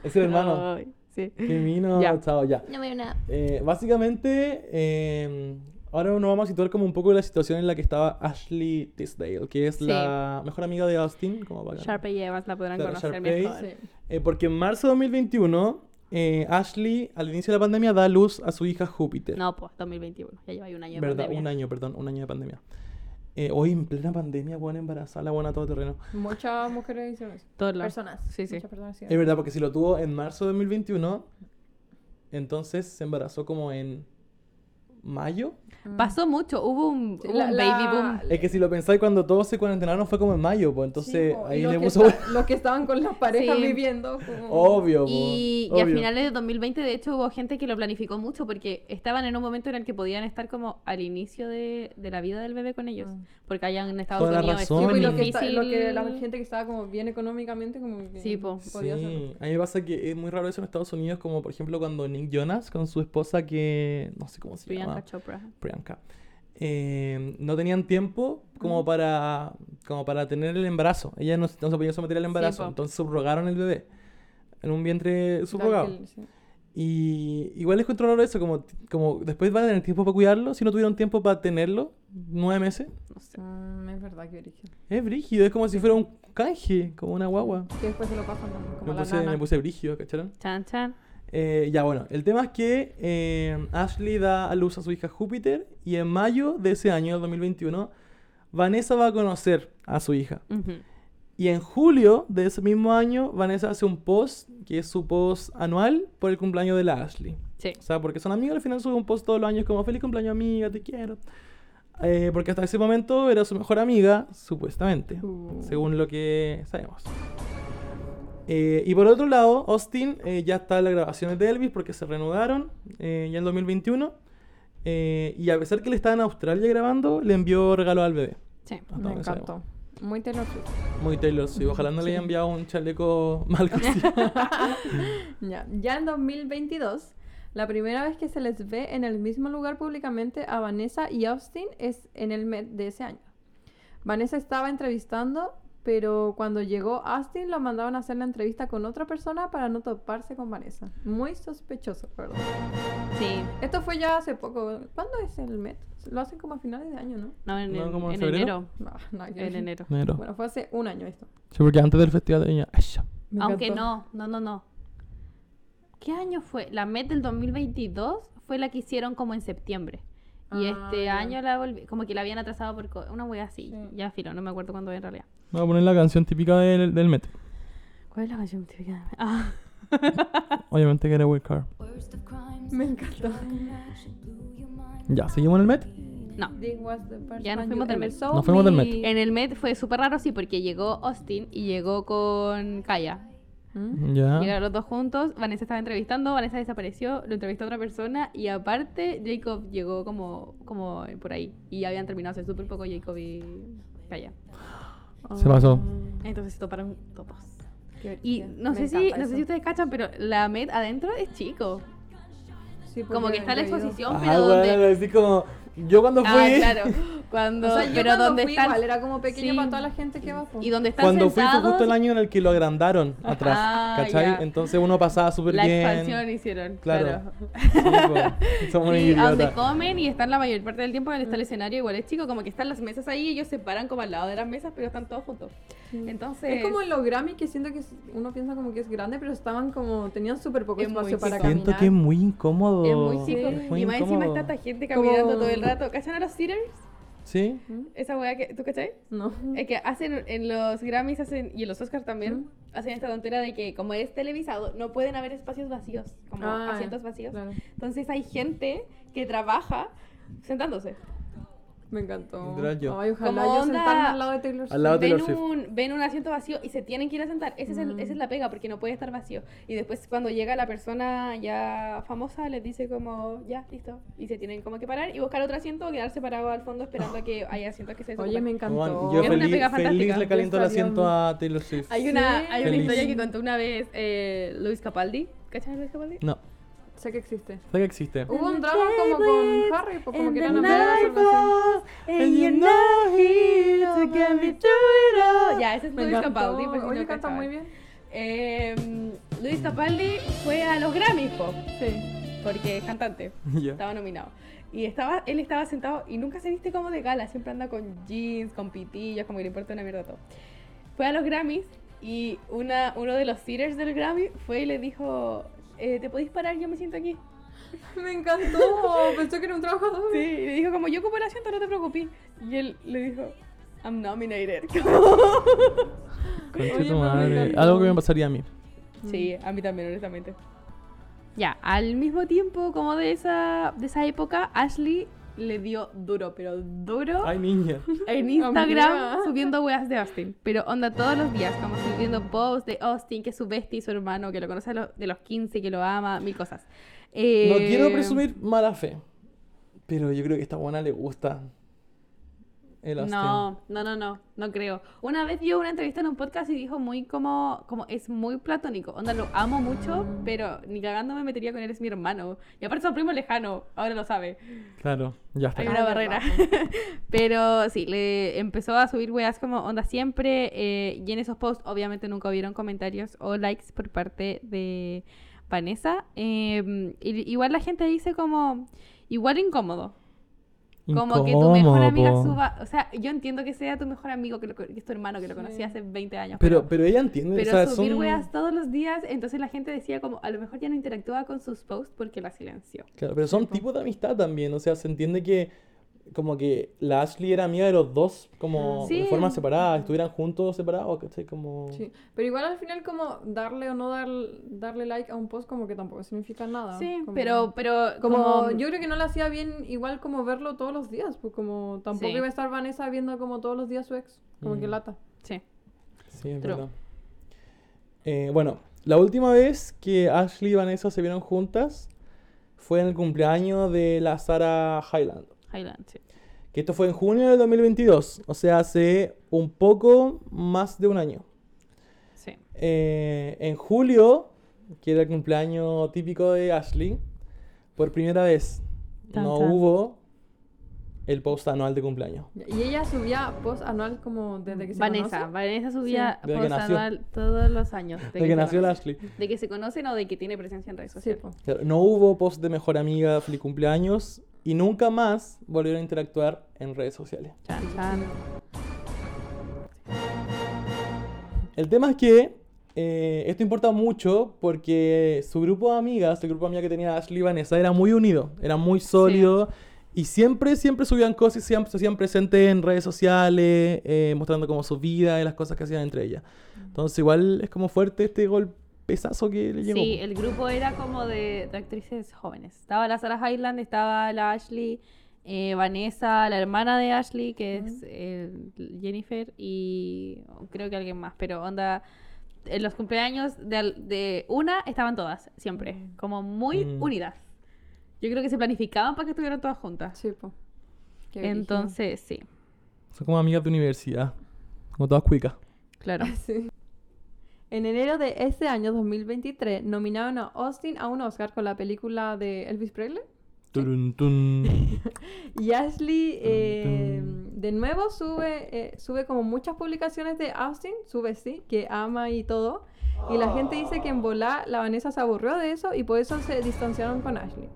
Speaker 3: Es el hermano.
Speaker 4: Ay, sí.
Speaker 3: Qué mino.
Speaker 4: Oh. Ya.
Speaker 3: Chao, ya.
Speaker 1: No veo nada.
Speaker 3: Eh, básicamente, eh, ahora nos vamos a situar como un poco la situación en la que estaba Ashley Tisdale, que es
Speaker 4: Sí.
Speaker 3: la mejor amiga de Austin, como bacán.
Speaker 4: Sharpay y Evans la podrán
Speaker 3: Claro,
Speaker 4: conocer
Speaker 3: Sharpay.
Speaker 4: mejor.
Speaker 1: Sí.
Speaker 3: Eh, porque en marzo de 2021, eh, Ashley, al inicio de la pandemia, da luz a su hija Júpiter.
Speaker 4: No, pues 2021, ya lleva ahí un año. de
Speaker 3: ¿Verdad?
Speaker 4: pandemia.
Speaker 3: Un año, perdón, un año de pandemia. Eh, hoy en plena pandemia, buena embarazada, la buena todo terreno.
Speaker 1: Muchas mujeres hicieron eso.
Speaker 4: Todos lados.
Speaker 1: Personas.
Speaker 4: Sí, sí.
Speaker 1: Muchas personas hicieron
Speaker 3: Es verdad, porque si lo tuvo en marzo de 2021, entonces se embarazó como en mayo.
Speaker 1: eso. Mm.
Speaker 4: Pasó mucho, hubo un,
Speaker 1: Sí,
Speaker 4: hubo
Speaker 1: la-
Speaker 4: un
Speaker 1: la-
Speaker 4: baby boom.
Speaker 3: Es que si lo pensáis, cuando todos se cuarentenaron fue como en mayo, pues entonces
Speaker 1: Sí, po, y
Speaker 3: ahí
Speaker 1: los
Speaker 3: le
Speaker 1: que
Speaker 3: puso...
Speaker 1: esta- los que estaban con las parejas
Speaker 4: Sí.
Speaker 1: viviendo. como-
Speaker 3: Obvio, po,
Speaker 4: Y, y
Speaker 3: obvio.
Speaker 4: a finales de 2020, de hecho, hubo gente que lo planificó mucho porque estaban en un momento en el que podían estar como al inicio de, de la vida del bebé con ellos.
Speaker 1: Mm.
Speaker 4: Porque allá en Estados
Speaker 3: Toda la
Speaker 4: Unidos es
Speaker 1: Sí, po,
Speaker 3: razón.
Speaker 4: muy
Speaker 1: y pues, lo que, está-
Speaker 4: difícil.
Speaker 1: lo que la gente que estaba como bien económicamente, como que
Speaker 4: Sí, po.
Speaker 1: podía
Speaker 3: sí.
Speaker 1: hacerlo.
Speaker 3: A mí me pasa que es muy raro eso en Estados Unidos, como por ejemplo cuando Nick Jonas con su esposa que... no sé cómo se
Speaker 1: Ah.
Speaker 4: Priyanka
Speaker 3: llama.
Speaker 4: Chopra.
Speaker 3: Priyanka. Eh, no tenían tiempo como para como para tener el embarazo. Ella no, no se podía someter al embarazo,
Speaker 4: po.
Speaker 3: entonces subrogaron el bebé en un vientre subrogado.
Speaker 1: Daniel, sí.
Speaker 3: Y igual les controlaron eso, como, como después van a tener tiempo para cuidarlo, si no tuvieron tiempo para tenerlo, nueve meses.
Speaker 4: No sé.
Speaker 1: Mm, es verdad que origen.
Speaker 3: Es brígido, es como si fuera un canje, como una guagua.
Speaker 1: Que después se lo pasan como como
Speaker 3: Me
Speaker 1: a la
Speaker 3: puse,
Speaker 1: nana.
Speaker 3: me puse brígido, ¿cacharon?
Speaker 4: Chan, chan.
Speaker 3: Eh, ya, bueno, el tema es que eh, Ashley da a luz a su hija Júpiter y en mayo de ese año, del 2021, Vanessa va a conocer a su hija.
Speaker 4: Ujú.
Speaker 3: Y en julio de ese mismo año, Vanessa hace un post, que es su post anual, por el cumpleaños de la Ashley.
Speaker 4: Sí.
Speaker 3: O sea, porque son amigos, al final sube un post todos los años como feliz cumpleaños amiga, te quiero. Eh, porque hasta ese momento era su mejor amiga, supuestamente,
Speaker 1: Uh.
Speaker 3: según lo que sabemos. Eh, y por otro lado, Austin eh, ya está en las grabaciones de Elvis porque se reanudaron eh, ya en 2021. Eh, y a pesar que le estaba en Australia grabando, le envió regalo al bebé.
Speaker 4: Sí.
Speaker 3: Hasta
Speaker 1: Me
Speaker 3: donde sabemos.
Speaker 1: encantó. Muy Taylor Swift.
Speaker 3: Muy Taylor Swift. Ojalá no le haya enviado un chaleco mal cosido.
Speaker 1: Ya. ya en 2022, la primera vez que se les ve en el mismo lugar públicamente a Vanessa y Austin es en el Met de ese año. Vanessa estaba entrevistando, pero cuando llegó Austin lo mandaron a hacer la entrevista con otra persona para no toparse con Vanessa. Muy sospechoso, perdón.
Speaker 4: Sí.
Speaker 1: Esto fue ya hace poco. ¿Cuándo es el Met? Lo hacen como a finales de año, ¿no?
Speaker 4: No, en,
Speaker 3: No,
Speaker 4: en-
Speaker 3: como en
Speaker 4: en
Speaker 3: febrero.
Speaker 4: enero.
Speaker 1: No, nada que
Speaker 4: En
Speaker 1: ver.
Speaker 4: enero.
Speaker 3: Enero.
Speaker 1: Bueno, fue hace un año esto.
Speaker 3: Sí, porque antes del festival de Viña. ¡ay, ya!
Speaker 1: Me
Speaker 4: Aunque
Speaker 1: encantó.
Speaker 4: no, no, no, no. ¿Qué año fue? La Met del 2022 fue la que hicieron como en septiembre. Y
Speaker 1: Ah,
Speaker 4: este
Speaker 1: ya.
Speaker 4: año la volví, como que la habían atrasado por co- una wea así.
Speaker 1: Sí.
Speaker 4: Ya filo, no me acuerdo cuándo en realidad.
Speaker 3: Vamos a poner la canción típica del, del Met.
Speaker 4: ¿Cuál es la canción típica? Ah,
Speaker 3: Obviamente que era Will Car.
Speaker 1: Me encantó.
Speaker 3: Ya, seguimos en el Met.
Speaker 4: no.
Speaker 1: This was the first
Speaker 4: Ya nos
Speaker 1: time
Speaker 4: fuimos
Speaker 1: you
Speaker 4: del
Speaker 1: ever
Speaker 4: Met.
Speaker 1: saw
Speaker 3: Nos fuimos del
Speaker 1: me.
Speaker 3: Met.
Speaker 4: En el Met fue súper raro, sí, porque llegó Austin y llegó con Kaya.
Speaker 1: ¿Mm?
Speaker 3: Ya.
Speaker 4: Llegaron los dos juntos, Vanessa estaba entrevistando, Vanessa desapareció, lo entrevistó otra persona y aparte Jacob llegó como, como por ahí y ya habían terminado hace súper poco Jacob y Kaya.
Speaker 3: Se pasó.
Speaker 4: Entonces se toparon todos.
Speaker 1: Qué-
Speaker 4: Y
Speaker 1: qué-
Speaker 4: no
Speaker 1: me
Speaker 4: sé, si,
Speaker 1: encanta
Speaker 4: no sé
Speaker 1: eso.
Speaker 4: si ustedes cachan, pero la Met adentro es chico.
Speaker 1: Sí, porque
Speaker 4: Como que está la
Speaker 1: Pues yo he ido.
Speaker 4: exposición, pero donde...
Speaker 3: Ah, así como. Yo cuando
Speaker 4: Ah, claro. Cuando,
Speaker 1: O sea, yo
Speaker 4: pero
Speaker 1: cuando
Speaker 4: donde
Speaker 1: fui
Speaker 4: están...
Speaker 1: igual era como pequeño
Speaker 4: Sí.
Speaker 1: para toda la gente que va. pues. po.
Speaker 4: Y donde están
Speaker 3: Cuando fui
Speaker 4: sentados,
Speaker 3: fue justo el año en el que lo agrandaron atrás.
Speaker 4: Ah,
Speaker 3: ¿Cachai?
Speaker 4: ya.
Speaker 3: Entonces uno pasaba súper
Speaker 4: la
Speaker 3: bien.
Speaker 4: expansión hicieron.
Speaker 3: Claro.
Speaker 4: claro.
Speaker 3: Sí, po. Somos unos
Speaker 4: Sí, a donde
Speaker 3: idiotas.
Speaker 4: comen y están la mayor parte del tiempo donde
Speaker 1: Mm.
Speaker 4: está el escenario igual es chico, como que están las mesas ahí y ellos se paran como al lado de las mesas, pero están todos juntos. Entonces,
Speaker 1: Es como en los Grammy que siento que es- uno piensa como que es grande, pero estaban como tenían súper poco
Speaker 4: Es muy
Speaker 1: espacio para
Speaker 4: chico.
Speaker 1: caminar.
Speaker 3: Siento que es muy incómodo.
Speaker 4: es muy chico.
Speaker 1: Sí.
Speaker 3: Muy
Speaker 4: Y más encima
Speaker 3: Oh, incómodo.
Speaker 4: está esta gente
Speaker 1: Como-
Speaker 4: caminando todo el rato. ¿Cachan a los Seaters?
Speaker 3: Sí.
Speaker 1: ¿Mm?
Speaker 4: Esa weá que. ¿Tú cachai?
Speaker 1: No.
Speaker 4: Es Eh, que hacen en los Grammys hacen, y en los Oscars también hacen esta tontera de que, como es televisado, no pueden haber espacios vacíos, como
Speaker 1: Ah,
Speaker 4: asientos vacíos.
Speaker 1: claro.
Speaker 4: Entonces hay gente que trabaja sentándose.
Speaker 1: Me encantó.
Speaker 3: Literal yo.
Speaker 1: Ay, ojalá
Speaker 4: Como
Speaker 1: yo
Speaker 4: onda-
Speaker 1: sentarme al lado de Taylor Swift.
Speaker 3: Al lado de-
Speaker 4: ven
Speaker 3: Taylor Swift.
Speaker 4: un, ven un asiento vacío y se tienen que ir a sentar. Ese es el-
Speaker 1: Mm.
Speaker 4: esa es la pega, porque no puede estar vacío. Y después cuando llega la persona ya famosa, les dice como, ya, listo. Y se tienen como que parar y buscar otro asiento o quedarse parado al fondo esperando a que haya asientos que se desocupen.
Speaker 1: Oye, me encantó.
Speaker 3: Juan, yo
Speaker 4: Es una
Speaker 3: feliz,
Speaker 4: pega
Speaker 3: feliz
Speaker 4: fantástica.
Speaker 3: le caliento el
Speaker 1: Yo sabía
Speaker 3: asiento
Speaker 1: mucho.
Speaker 3: a Taylor Swift.
Speaker 4: Hay una,
Speaker 1: Sí.
Speaker 4: hay una
Speaker 3: Feliz.
Speaker 4: historia que contó una vez eh, Luis Capaldi. ¿Cachas a Luis Capaldi?
Speaker 3: No,
Speaker 1: Sé que existe.
Speaker 3: sé que existe.
Speaker 1: Hubo un drama como con Harry, pues como que eran amigos. algo así.
Speaker 3: And you're not here to get me through it all.
Speaker 4: Ya, ese es
Speaker 1: Me
Speaker 4: Luis
Speaker 1: encantó.
Speaker 4: Capaldi. por si
Speaker 1: Oye,
Speaker 4: no
Speaker 1: canta
Speaker 4: cachaban.
Speaker 1: muy bien.
Speaker 4: Eh, Luis Capaldi fue a los Grammys, po,
Speaker 1: Sí.
Speaker 4: porque es cantante.
Speaker 3: Ya.
Speaker 4: Estaba nominado. Y estaba, él estaba sentado y nunca se viste como de gala, siempre anda con jeans, con pitillos, como que le importa una mierda todo. Fue a los Grammys y una, uno de los theaters del Grammy fue y le dijo, eh, ¿te podéis parar? Yo me siento aquí.
Speaker 1: Me encantó. Pensé que era un trabajo
Speaker 4: Sí,
Speaker 1: doble.
Speaker 4: y le dijo como, yo como el asiento, no te preocupes. Y él le dijo, I'm nominated. Como-
Speaker 3: Concha
Speaker 1: Oye,
Speaker 3: tu
Speaker 1: pero me
Speaker 3: madre.
Speaker 1: encantó.
Speaker 3: Algo que me pasaría a mí.
Speaker 4: Sí, a mí también, honestamente. Mm. Ya, al mismo tiempo como de esa, de esa época, Ashley le dio duro, pero duro.
Speaker 3: Ay, niña.
Speaker 4: en Instagram
Speaker 1: Amiga.
Speaker 4: subiendo weas de Austin. Pero onda todos los días, como subiendo posts de Austin, que es su bestie, su hermano, que lo conoce a lo- de los 15, que lo ama, mil cosas. Eh,
Speaker 3: No quiero presumir mala fe, pero yo creo que a esta buena le gusta el Austin.
Speaker 4: No, no, no, no, no creo. Una vez dio una entrevista en un podcast y dijo muy como, como es muy platónico. Onda, lo amo mucho, pero ni cagando me metería con él, es mi hermano. Y aparte son primo lejano, ahora lo sabe.
Speaker 3: Claro, ya está.
Speaker 4: Hay una
Speaker 1: Ah,
Speaker 4: barrera.
Speaker 1: verdad,
Speaker 4: Pero sí, le empezó a subir weas como onda siempre. eh, y en esos posts, obviamente, nunca hubieron comentarios o likes por parte de Vanessa. eh, y- igual la gente dice como. Igual incómodo. Como que tu mejor
Speaker 3: Incómodo,
Speaker 4: amiga
Speaker 3: po.
Speaker 4: suba. O sea, yo entiendo que sea tu mejor amigo, que, lo co- que es tu hermano, que lo
Speaker 1: Sí.
Speaker 4: conocí hace 20 años.
Speaker 3: Pero, pero ella entiende.
Speaker 4: pero
Speaker 3: o sea,
Speaker 4: subir
Speaker 3: son-
Speaker 4: weas todos los días, entonces la gente decía como. A lo mejor ya no interactuaba con sus posts porque la silenció.
Speaker 3: Claro, pero son tipos de amistad también. O sea, se entiende que como que la Ashley era amiga de los dos, como
Speaker 4: Ah, Sí.
Speaker 3: de forma separada, estuvieran juntos o separados, ¿cachai? Como...
Speaker 1: Sí, pero igual al final como darle o no dar, darle like a un post como que tampoco significa nada.
Speaker 4: Sí,
Speaker 1: como-
Speaker 4: pero. pero
Speaker 1: Como, mm, yo creo que no le hacía bien igual como verlo todos los días, pues como tampoco
Speaker 4: Sí.
Speaker 1: iba a estar Vanessa viendo como todos los días su ex, como que
Speaker 3: Mm.
Speaker 1: lata.
Speaker 4: Sí.
Speaker 3: Sí, es
Speaker 4: True.
Speaker 3: verdad. Eh, bueno, la última vez que Ashley y Vanessa se vieron juntas fue en el cumpleaños de la Sara Highland,
Speaker 4: Highland, sí.
Speaker 3: Que esto fue en junio del 2022, o sea, hace un poco más de un año.
Speaker 4: Sí.
Speaker 3: Eh, en julio, que era el cumpleaños típico de Ashley, por primera vez
Speaker 4: Tan,
Speaker 3: no
Speaker 4: tan.
Speaker 3: hubo el post anual de cumpleaños.
Speaker 1: Y ella subía post anual como desde que se
Speaker 4: Vanessa,
Speaker 1: conoce.
Speaker 4: Vanessa subía
Speaker 3: Desde que
Speaker 4: post
Speaker 3: nació.
Speaker 4: anual todos los años.
Speaker 3: De que
Speaker 4: se
Speaker 3: nació la
Speaker 4: conocen.
Speaker 3: Ashley.
Speaker 4: De que se conocen o de que tiene presencia en redes
Speaker 1: Sí,
Speaker 4: sociales.
Speaker 1: po.
Speaker 3: Claro, no hubo post de mejor amiga, feliz cumpleaños, y nunca más volvieron a interactuar en redes sociales.
Speaker 4: Chan, chan.
Speaker 3: El tema es que eh, esto importa mucho porque su grupo de amigas, el grupo de amigas que tenía Ashley y Vanessa, era muy unido, era muy sólido. Y siempre, siempre subían cosas y siempre se hacían presentes en redes sociales, eh, mostrando como su vida y las cosas que hacían entre ellas.
Speaker 4: Mm.
Speaker 3: Entonces, igual es como fuerte este golpezazo que le llegó.
Speaker 4: Sí, el grupo era como de, de actrices jóvenes. Estaba la Sarah Highland, estaba la Ashley, eh, Vanessa, la hermana de Ashley, que es eh, Jennifer, y creo que alguien más, pero onda. En los cumpleaños de, al- de una estaban todas, siempre, como muy
Speaker 3: Mm.
Speaker 4: unidas. Yo creo que se planificaban para que estuvieran todas juntas.
Speaker 1: Sí, po. Qué brígido.
Speaker 4: Entonces, sí,
Speaker 3: Son como amigas de universidad, como todas cuicas.
Speaker 4: claro.
Speaker 1: Sí. En enero de ese año 2023 nominaron a Austin a un Oscar con la película de Elvis Presley.
Speaker 3: Turun, tun.
Speaker 1: Y Ashley eh,
Speaker 3: Tum,
Speaker 1: de nuevo sube, eh, sube como muchas publicaciones de Austin, sube sí, que ama y todo. Y la gente dice que en volar la Vanessa se aburrió de eso y por eso se distanciaron con Ashley.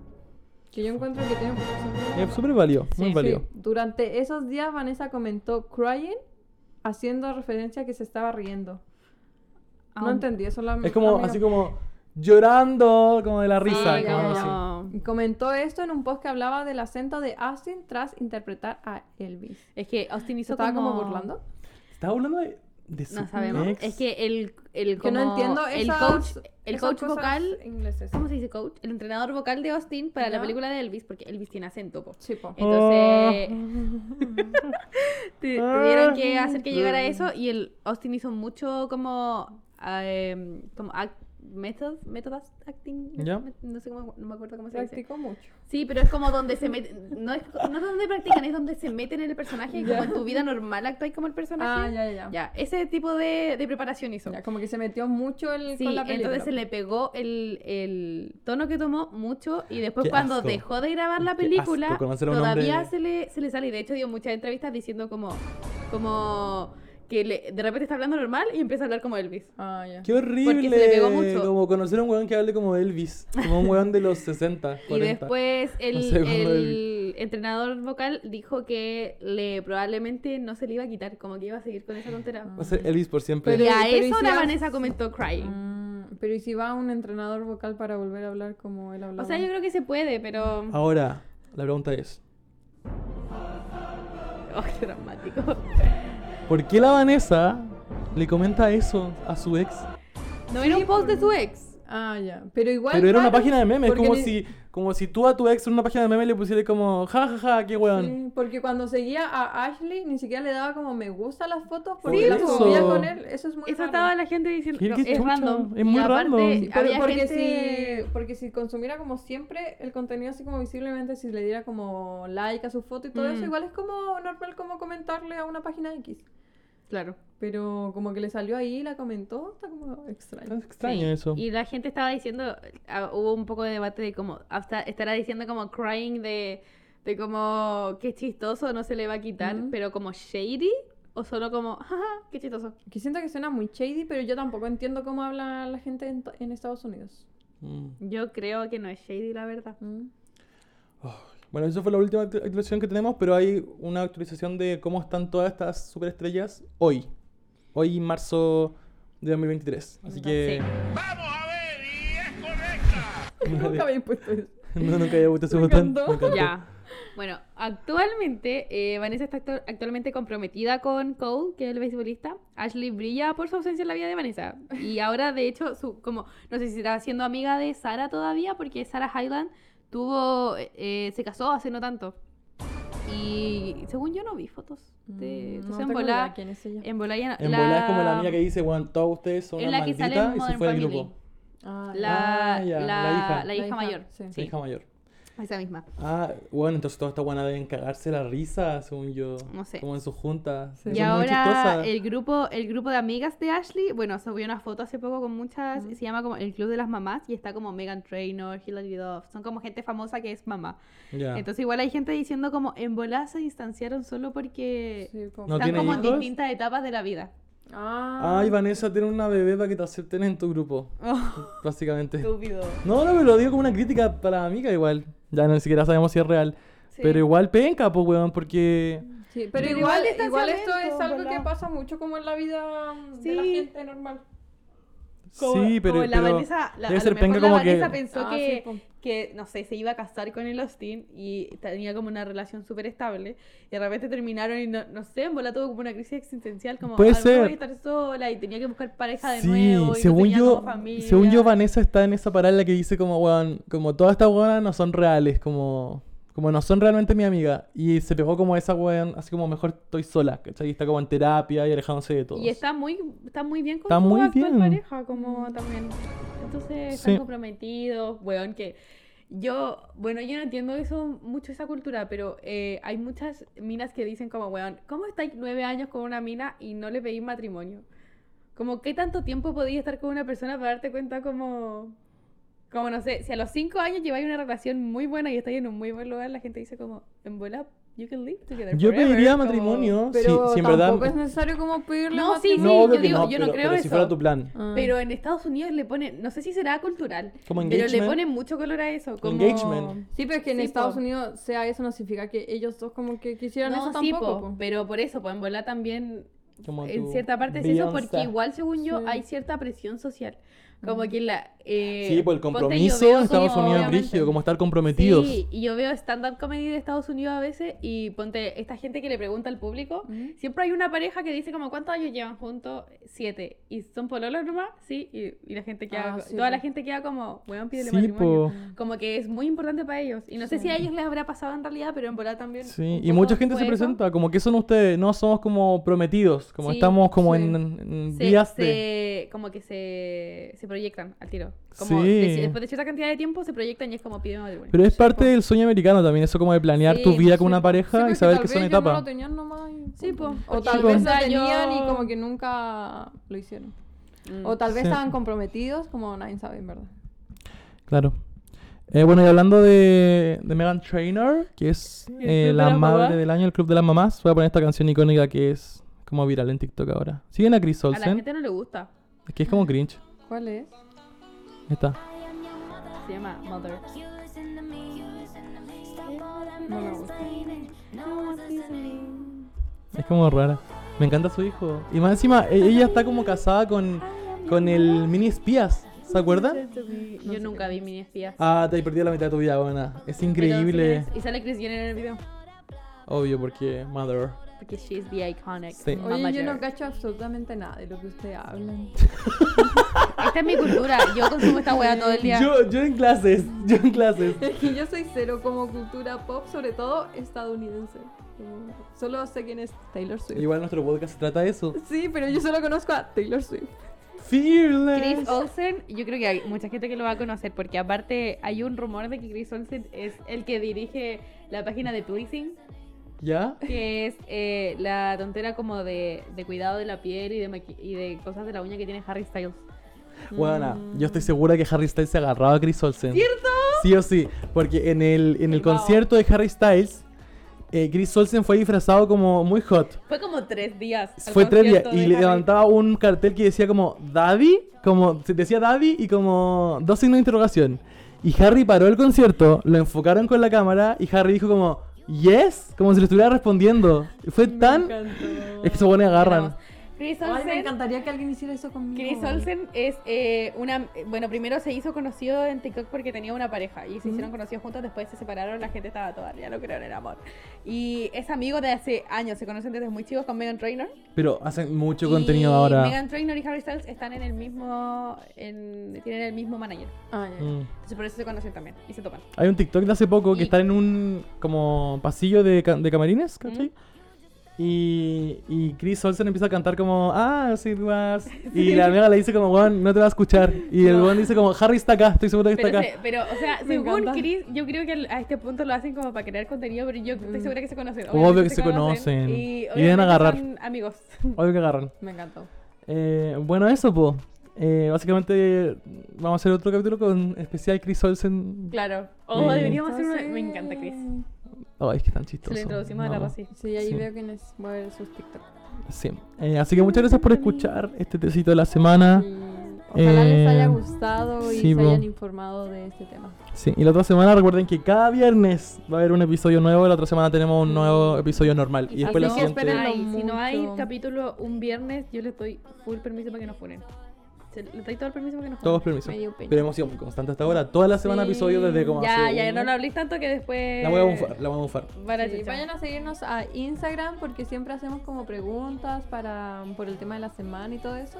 Speaker 1: Que yo encuentro que tiene mucho sentido.
Speaker 3: Es súper válido, muy
Speaker 4: Sí.
Speaker 3: válido.
Speaker 1: Sí, Durante esos días Vanessa comentó crying, haciendo referencia a que se estaba riendo.
Speaker 4: Ah,
Speaker 1: No entendí, eso la
Speaker 3: Es como,
Speaker 1: la-
Speaker 3: así como llorando, como de la risa.
Speaker 4: sí,
Speaker 1: ya, ya,
Speaker 3: como así.
Speaker 4: como-
Speaker 1: Comentó esto en un post que hablaba del acento de Austin tras interpretar a Elvis.
Speaker 4: Es que Austin
Speaker 1: ¿Se
Speaker 4: hizo
Speaker 1: estaba como burlando?
Speaker 3: ¿Estás hablando de, de su
Speaker 4: No sabemos.
Speaker 3: ex?
Speaker 4: Es que el, el
Speaker 1: Que
Speaker 4: como-
Speaker 1: no entiendo
Speaker 4: el
Speaker 1: esas-
Speaker 4: coach, el
Speaker 1: esas
Speaker 4: coach
Speaker 1: cosas
Speaker 4: vocal,
Speaker 1: ingleses.
Speaker 4: ¿cómo se dice coach? El entrenador vocal de Austin para la
Speaker 1: Ya.
Speaker 4: película de Elvis, porque Elvis tiene acento,
Speaker 3: Oh.
Speaker 4: po.
Speaker 1: Sí, po.
Speaker 4: Entonces tu-
Speaker 3: Ah.
Speaker 4: tuvieron que hacer que llegara a eso y el Austin hizo mucho como em, como act, method, method act- acting, method-
Speaker 3: Ya.
Speaker 4: met- no sé cómo, no me acuerdo cómo se dice.
Speaker 1: Practicó mucho.
Speaker 4: Sí, pero es como donde se meten, no es, no es donde practican, es donde se meten en el personaje y como en tu vida normal actúas como el personaje.
Speaker 1: Ah, ya, ya, ya.
Speaker 4: Ya, ese tipo de, de preparación hizo.
Speaker 1: Ya, como que se metió mucho el,
Speaker 4: Sí,
Speaker 1: con la película.
Speaker 4: entonces se le pegó el, el tono que tomó mucho y después
Speaker 3: Qué
Speaker 4: cuando
Speaker 3: asco.
Speaker 4: dejó de grabar la
Speaker 3: Qué
Speaker 4: película
Speaker 3: asco conocer a un
Speaker 4: todavía
Speaker 3: hombre-
Speaker 4: se, le, se le sale y de hecho dio muchas entrevistas diciendo como, como que le- de repente está hablando normal y empieza a hablar como Elvis.
Speaker 1: Ah, ya.
Speaker 3: Qué horrible.
Speaker 4: Porque se le pegó mucho.
Speaker 3: Como conocer a un weón que hable como Elvis. Como un weón de los 60, 40.
Speaker 4: Y después el,
Speaker 3: No sé cómo
Speaker 4: el
Speaker 3: Elvis.
Speaker 4: entrenador vocal dijo que le probablemente no se le iba a quitar, como que iba a seguir con esa tontera.
Speaker 3: Va a ser Elvis por siempre.
Speaker 1: Pero-
Speaker 4: y a
Speaker 1: pero
Speaker 4: eso
Speaker 1: y si
Speaker 4: la
Speaker 1: has-
Speaker 4: Vanessa comentó crying.
Speaker 1: Mm, pero ¿y si va un entrenador vocal para volver a hablar como él hablaba?
Speaker 4: O sea, yo creo que se puede, pero...
Speaker 3: Ahora, la pregunta es:
Speaker 4: Oh, qué dramático.
Speaker 3: ¿por qué la Vanessa le comenta eso a su ex?
Speaker 4: No era un post de su ex.
Speaker 1: Ah, ya. Pero igual...
Speaker 3: Pero era una
Speaker 1: claro,
Speaker 3: página de memes.
Speaker 1: porque
Speaker 3: Como,
Speaker 1: ni-
Speaker 3: si, como si tú a tu ex en una página de memes le pusieras como, ja, ja, ja, qué weón.
Speaker 1: Sí, porque cuando seguía a Ashley ni siquiera le daba como me gusta a las fotos porque
Speaker 3: Sí,
Speaker 1: las
Speaker 3: po.
Speaker 1: subía con él. Eso es muy
Speaker 4: Eso
Speaker 1: raro.
Speaker 4: estaba la gente diciendo.
Speaker 3: Qué-
Speaker 4: no,
Speaker 3: qué
Speaker 4: es
Speaker 3: chucha,
Speaker 4: random.
Speaker 3: es muy
Speaker 4: Y aparte,
Speaker 3: random. Sí,
Speaker 1: Pero
Speaker 4: había
Speaker 1: porque,
Speaker 4: gente-
Speaker 1: si, porque si consumiera como siempre el contenido así como visiblemente, si le diera como like a su foto y todo
Speaker 4: Mm.
Speaker 1: eso, igual es como normal como comentarle a una página X.
Speaker 4: Claro.
Speaker 1: Pero como que le salió ahí, la comentó, está como extraño.
Speaker 3: Es extraño
Speaker 4: sí.
Speaker 3: eso.
Speaker 4: Y la gente estaba diciendo, ah, hubo un poco de debate de cómo, hasta estará diciendo como crying de, de como, qué chistoso, no se le va a quitar,
Speaker 1: Ujú.
Speaker 4: pero como shady, o solo como, jaja, qué chistoso.
Speaker 1: Que siento que suena muy shady, pero yo tampoco entiendo cómo habla la gente en, to- en Estados Unidos.
Speaker 3: Mm.
Speaker 4: Yo creo que no es shady, la verdad.
Speaker 1: Mm.
Speaker 3: Bueno, esa fue la última actu- actualización que tenemos, pero hay una actualización de cómo están todas estas superestrellas hoy. Hoy, marzo de 2023. Así que.
Speaker 1: Nunca habéis puesto eso.
Speaker 3: no, nunca había puesto ese
Speaker 1: Me
Speaker 3: botón.
Speaker 1: encantó.
Speaker 3: Me encantó.
Speaker 4: Ya. Bueno, actualmente eh, Vanessa está actu- actualmente comprometida con Cole, que es el beisbolista. Ashley brilla por su ausencia en la vida de Vanessa. Y ahora, de hecho, su, como no sé si está siendo amiga de Sara todavía, porque Sara Highland tuvo, eh, se casó hace no tanto. Y según yo no vi fotos
Speaker 1: Mm,
Speaker 4: de... entonces,
Speaker 1: no
Speaker 4: en
Speaker 1: tengo
Speaker 4: volá-
Speaker 1: idea quién es ella.
Speaker 4: en volá ya-
Speaker 3: En volada es como la amiga que dice, bueno, todos ustedes son
Speaker 4: Es
Speaker 3: una
Speaker 4: la que sale en
Speaker 3: maldita y se
Speaker 4: Modern
Speaker 3: fue del
Speaker 4: Family.
Speaker 3: grupo.
Speaker 1: Ah,
Speaker 4: La,
Speaker 3: Ah, ya,
Speaker 4: la-
Speaker 3: la hija.
Speaker 4: la hija mayor.
Speaker 1: sí.
Speaker 3: La hija mayor.
Speaker 4: Esa misma.
Speaker 3: Ah, bueno, entonces toda esta buena deben cagarse la risa, según yo.
Speaker 4: No sé.
Speaker 3: Como en sus juntas.
Speaker 1: Sí.
Speaker 3: Son
Speaker 4: Y
Speaker 1: Eso
Speaker 3: muy
Speaker 4: ahora
Speaker 3: chistosas.
Speaker 4: el grupo, el grupo de amigas de Ashley, bueno, subió una foto hace poco con muchas, se llama como el Club de las Mamás y está como Megan Trainor, Hilary Duff, son como gente famosa que es mamá.
Speaker 3: Ya.
Speaker 4: Entonces igual hay gente diciendo como en volada se distanciaron solo porque
Speaker 1: Sí, como-
Speaker 3: No
Speaker 4: están
Speaker 3: tiene
Speaker 4: como en
Speaker 3: hijos?
Speaker 4: distintas etapas de la vida.
Speaker 1: Ah,
Speaker 3: Ay, Vanessa, tiene una bebé para que te acepten en tu grupo, Oh, básicamente.
Speaker 4: Estúpido.
Speaker 3: No, no, me lo digo como una crítica para la amiga igual. Ya ni siquiera sabemos si es real.
Speaker 4: Sí.
Speaker 3: Pero igual penca, pues, weón, porque...
Speaker 1: sí, pero
Speaker 4: Igual
Speaker 1: igual, igual,
Speaker 4: distanciamiento,
Speaker 1: esto es algo que
Speaker 4: ¿verdad?
Speaker 1: pasa mucho como en la vida mm, de la
Speaker 4: Sí.
Speaker 1: gente normal.
Speaker 4: Como-
Speaker 3: sí, pero...
Speaker 4: como la
Speaker 3: pero
Speaker 4: Vanessa, la,
Speaker 3: debe
Speaker 4: a
Speaker 3: ser
Speaker 4: lo
Speaker 3: penca
Speaker 4: mejor la
Speaker 3: como que...
Speaker 4: Vanessa pensó
Speaker 1: Ah,
Speaker 4: que,
Speaker 1: sí, po.
Speaker 4: que, no sé, se iba a casar con el Austin y tenía como una relación súper estable y de repente terminaron y no, no sé, en bola tuvo como una crisis existencial como
Speaker 3: Puede
Speaker 4: "Ah, no
Speaker 3: ser.
Speaker 4: voy a estar sola y tenía que buscar pareja de
Speaker 3: Sí,
Speaker 4: nuevo y no
Speaker 3: según
Speaker 4: tenía
Speaker 3: yo,
Speaker 4: como familia.
Speaker 3: según yo Vanessa está en esa parada en la que dice como, weón, como todas estas weonas no son reales, como, como no son realmente mi amiga. Y se pegó como esa weón, así como mejor estoy sola, ¿cachai? Y está como en terapia y alejándose de todos.
Speaker 4: Y está muy, está muy bien con
Speaker 3: Está
Speaker 4: su
Speaker 3: muy
Speaker 4: actual
Speaker 3: bien.
Speaker 4: pareja, como también. Entonces están
Speaker 3: Sí.
Speaker 4: comprometidos, weón, que yo, bueno, yo no entiendo eso mucho esa cultura, pero eh, hay muchas minas que dicen como, weón, ¿cómo estáis nueve años con una mina y no le pedís matrimonio? Como, ¿qué tanto tiempo podías estar con una persona para darte cuenta como... Como no sé, si a los cinco años lleváis una relación muy buena y estáis en un muy buen lugar, la gente dice como, en bola, you can live together.
Speaker 3: Yo
Speaker 4: forever",
Speaker 3: pediría
Speaker 4: como-
Speaker 3: matrimonio, si,
Speaker 1: Pero
Speaker 3: si en verdad...
Speaker 1: tampoco es necesario como pedirle
Speaker 4: No, sí,
Speaker 1: matrimonio.
Speaker 3: no, obvio
Speaker 4: yo
Speaker 3: que
Speaker 4: digo,
Speaker 3: no,
Speaker 4: yo no
Speaker 3: pero,
Speaker 4: creo
Speaker 3: pero si
Speaker 4: eso.
Speaker 3: fuera tu plan.
Speaker 1: Ah.
Speaker 4: Pero en Estados Unidos le ponen, no sé si será cultural,
Speaker 3: Como
Speaker 4: pero le
Speaker 3: engagement.
Speaker 4: ponen mucho color a eso. Como...
Speaker 3: Engagement.
Speaker 1: Sí, pero es que en
Speaker 4: Sí,
Speaker 1: Estados
Speaker 4: po.
Speaker 1: Unidos sea eso no significa que ellos dos como que quisieran
Speaker 4: No,
Speaker 1: eso
Speaker 4: sí,
Speaker 1: tampoco.
Speaker 4: po,
Speaker 1: po.
Speaker 4: pero por eso, pues en volar también,
Speaker 3: Como
Speaker 4: en
Speaker 3: tu
Speaker 4: cierta parte es eso,
Speaker 3: Beyoncé.
Speaker 4: porque igual, según yo,
Speaker 1: Sí. Mm.
Speaker 4: hay cierta presión social. Como que la. eh,
Speaker 3: Sí, por el
Speaker 4: ponte, yo
Speaker 3: compromiso
Speaker 4: veo
Speaker 3: en Estados
Speaker 4: como-
Speaker 3: Unidos es
Speaker 1: obviamente.
Speaker 3: brígido, como estar comprometidos.
Speaker 4: Sí, y yo veo stand-up comedy de Estados Unidos a veces y ponte esta gente que le pregunta al público.
Speaker 1: Ujú.
Speaker 4: Siempre hay una pareja que dice como cuántos años llevan juntos, siete. Y son pololos nomás, sí, y, y la gente queda,
Speaker 1: Ah, sí,
Speaker 4: toda la
Speaker 1: po.
Speaker 4: gente queda como, weón, pídele
Speaker 3: Sí,
Speaker 4: matrimonio.
Speaker 3: po.
Speaker 4: Como que es muy importante para ellos. Y no sé
Speaker 1: Sí.
Speaker 4: si a ellos les habrá pasado en realidad, pero en volar también.
Speaker 3: Sí,
Speaker 4: un
Speaker 3: y
Speaker 4: poco
Speaker 3: mucha gente se
Speaker 4: fue eso.
Speaker 3: presenta como que son ustedes, no somos como prometidos, como
Speaker 4: Sí,
Speaker 3: estamos como
Speaker 1: sí.
Speaker 3: en, en- en
Speaker 4: Se-
Speaker 3: vías de...
Speaker 4: se- como que se, se proyectan al tiro. Como
Speaker 3: Sí.
Speaker 4: de- después de cierta cantidad de tiempo se proyectan y es como piden matrimonio.
Speaker 3: Pero es parte del sueño americano también, eso como de planear
Speaker 4: Sí,
Speaker 3: tu vida con
Speaker 4: sí,
Speaker 3: una
Speaker 4: po.
Speaker 1: Sí,
Speaker 3: pareja
Speaker 1: porque
Speaker 3: y saber
Speaker 1: tal
Speaker 3: que son
Speaker 1: vez ellos no
Speaker 3: etapas.
Speaker 1: lo tenían nomás y-
Speaker 4: Sí, po.
Speaker 1: O
Speaker 4: Porque
Speaker 1: tal
Speaker 3: yo-
Speaker 1: vez lo
Speaker 4: yo-
Speaker 1: tenían y como que nunca lo hicieron.
Speaker 4: Mm.
Speaker 1: O tal vez
Speaker 3: Sí.
Speaker 1: estaban comprometidos, como nadie sabe, en verdad.
Speaker 3: Claro. Eh, bueno, y hablando de, de Megan Trainor, que es
Speaker 4: el
Speaker 3: eh,
Speaker 4: Club de
Speaker 3: la
Speaker 4: las
Speaker 3: madre
Speaker 4: Mamás.
Speaker 3: del año, el Club de las Mamás, voy a poner esta canción icónica que es como viral en TikTok ahora. ¿Siguen a Chris
Speaker 4: Mm. a la
Speaker 3: Olsen?
Speaker 4: gente no le gusta.
Speaker 3: Es que es como cringe.
Speaker 1: ¿Cuál es?
Speaker 3: Está.
Speaker 4: Se llama Mother.
Speaker 1: No me gusta.
Speaker 3: Es como rara. Me encanta su hijo. Y más encima, e- ella está como casada con, con el mini espías. ¿Se acuerdan?
Speaker 4: Yo nunca vi mini espías.
Speaker 3: Ah, te he perdido la mitad de tu vida, buena. Es
Speaker 4: Pero sí
Speaker 3: increíble.
Speaker 4: es- Y sale Chris Jenner en el video.
Speaker 3: Obvio, porque Mother.
Speaker 4: Porque she's the iconic.
Speaker 3: Sí.
Speaker 4: mama
Speaker 1: Oye, yo no
Speaker 4: girl.
Speaker 1: cacho absolutamente nada de lo que ustedes hablan.
Speaker 4: Esta es mi cultura. Yo consumo esta wea todo el día.
Speaker 3: Yo, yo en clases, yo en clases.
Speaker 1: Es que yo soy cero como cultura pop, sobre todo estadounidense. Como- Solo sé quién es Taylor Swift.
Speaker 3: Igual nuestro podcast se trata de eso.
Speaker 1: Sí, pero yo solo conozco a Taylor Swift.
Speaker 4: Chris oh.
Speaker 3: Fearless.
Speaker 4: Olsen, yo creo que hay mucha gente que lo va a conocer porque aparte hay un rumor de que Chris Olsen es el que dirige la página de Pleasing,
Speaker 3: ¿Ya?
Speaker 4: que es eh, la tontera como de, de cuidado de la piel y de, maqui- y de cosas de la uña que tiene Harry Styles.
Speaker 3: Buena, yo estoy segura que Harry Styles se agarraba a Chris Olsen.
Speaker 4: ¿Cierto?
Speaker 3: Sí o sí, porque en el, en el
Speaker 4: Firmado.
Speaker 3: concierto de Harry Styles, eh, Chris Olsen fue disfrazado como muy hot.
Speaker 4: Fue como tres días. al
Speaker 3: Fue tres días
Speaker 4: concierto
Speaker 3: y
Speaker 4: de
Speaker 3: le
Speaker 4: Harry.
Speaker 3: levantaba un cartel que decía como Daddy, como se decía Daddy y como dos signos de interrogación. Y Harry paró el concierto, lo enfocaron con la cámara y Harry dijo como Yes, como si le estuviera respondiendo. Y fue tan es que se pone agarran.
Speaker 4: Chris
Speaker 1: Ay, me
Speaker 4: Olsen
Speaker 1: encantaría que alguien hiciera eso conmigo.
Speaker 4: Chris Olsen es eh, una... Bueno, primero se hizo conocido en TikTok porque tenía una pareja y se hicieron conocidos juntos, después se separaron, la gente estaba toda, ya no creo en el amor. Y es amigo de hace años, se conocen desde muy chicos con Megan Trainor.
Speaker 3: Pero hacen mucho
Speaker 4: y
Speaker 3: contenido ahora.
Speaker 4: Megan Trainor y Harry Styles están en el mismo... en- tienen el mismo manager.
Speaker 1: Ah, ya, ya.
Speaker 3: Mm.
Speaker 4: Entonces por eso se conocen también y se topan.
Speaker 3: Hay un TikTok de hace poco que
Speaker 4: Y-
Speaker 3: están en un como pasillo de, ca- de camarines, ¿cachai? Y, y Chris Olsen empieza a cantar como, ah, sí, tú vas. Y la amiga le dice como, weón, no te va a escuchar. Y el
Speaker 4: No.
Speaker 3: weón dice como, Harry está acá, estoy seguro que está
Speaker 4: Pero,
Speaker 3: acá.
Speaker 4: se- pero, o sea,
Speaker 1: Me
Speaker 4: según
Speaker 1: encanta.
Speaker 4: Chris, yo creo que al- a este punto lo hacen como para crear contenido, pero yo estoy segura que se conocen.
Speaker 3: Mm. Obvio
Speaker 4: Obviamente
Speaker 3: que se conocen. Y
Speaker 4: Y,
Speaker 3: deben
Speaker 4: obviamente
Speaker 3: agarrar.
Speaker 4: son amigos.
Speaker 3: Obvio que agarran.
Speaker 1: Me encantó.
Speaker 3: Eh, bueno, eso, po. Eh, básicamente, vamos a hacer otro capítulo con especial Chris Olsen.
Speaker 4: Claro. O
Speaker 3: Sí.
Speaker 4: deberíamos hacer una. Me encanta Chris.
Speaker 3: Ay, Oh, es que tan
Speaker 4: Se
Speaker 3: chistoso.
Speaker 4: lo introducimos a la
Speaker 3: No.
Speaker 4: Rosy.
Speaker 1: Sí, ahí
Speaker 3: Sí.
Speaker 1: veo quiénes va a ver sus TikTok.
Speaker 3: Sí. Eh, así que muchas gracias por escuchar este tecito de la semana.
Speaker 1: Y ojalá les haya
Speaker 3: Eh,
Speaker 1: gustado y
Speaker 3: sí,
Speaker 1: se
Speaker 3: po.
Speaker 1: hayan informado de este tema.
Speaker 3: Sí, y la otra semana recuerden que cada viernes va a haber un episodio nuevo, la otra semana tenemos un nuevo episodio normal. Y
Speaker 4: si
Speaker 3: después la
Speaker 4: no
Speaker 3: siguiente...
Speaker 1: esperen-
Speaker 4: hay- si no hay
Speaker 1: mucho.
Speaker 4: capítulo un viernes, yo les doy full permiso para que nos funen. Se- Les doy todo el permiso para que nos
Speaker 3: Todos
Speaker 4: funen.
Speaker 3: permisos.
Speaker 1: Medio pena.
Speaker 3: Pero hemos sido muy constantes hasta ahora. Toda la semana
Speaker 1: Sí,
Speaker 3: episodio desde como
Speaker 4: Ya,
Speaker 3: hace
Speaker 4: ya,
Speaker 3: un-
Speaker 4: no lo habléis tanto que después.
Speaker 3: La voy a bufar, la voy a bufar.
Speaker 4: Van a
Speaker 1: Sí,
Speaker 4: chuchar.
Speaker 1: vayan a seguirnos a Instagram porque siempre hacemos como preguntas para por el tema de la semana y todo eso.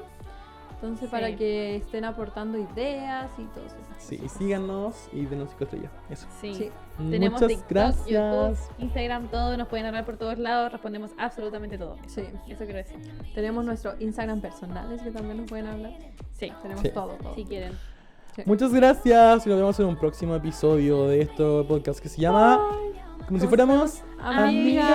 Speaker 1: Entonces para
Speaker 4: Sí.
Speaker 1: que estén aportando ideas y todo eso.
Speaker 3: Sí, y síganos y denos cinco estrellas. Eso.
Speaker 4: Sí.
Speaker 1: Sí.
Speaker 4: Tenemos
Speaker 3: Muchas
Speaker 4: TikTok,
Speaker 3: gracias.
Speaker 4: YouTube, Instagram, todo. Nos pueden hablar por todos lados. Respondemos absolutamente todo.
Speaker 1: Sí.
Speaker 4: Eso quiero decir.
Speaker 1: Tenemos nuestro Instagram personales que también nos pueden hablar.
Speaker 4: Sí.
Speaker 1: Tenemos
Speaker 3: Sí.
Speaker 1: todo, todo.
Speaker 4: Si quieren.
Speaker 1: Sí.
Speaker 3: Muchas gracias y nos vemos en un próximo episodio de este podcast que se llama Como si fuéramos
Speaker 1: Amigas.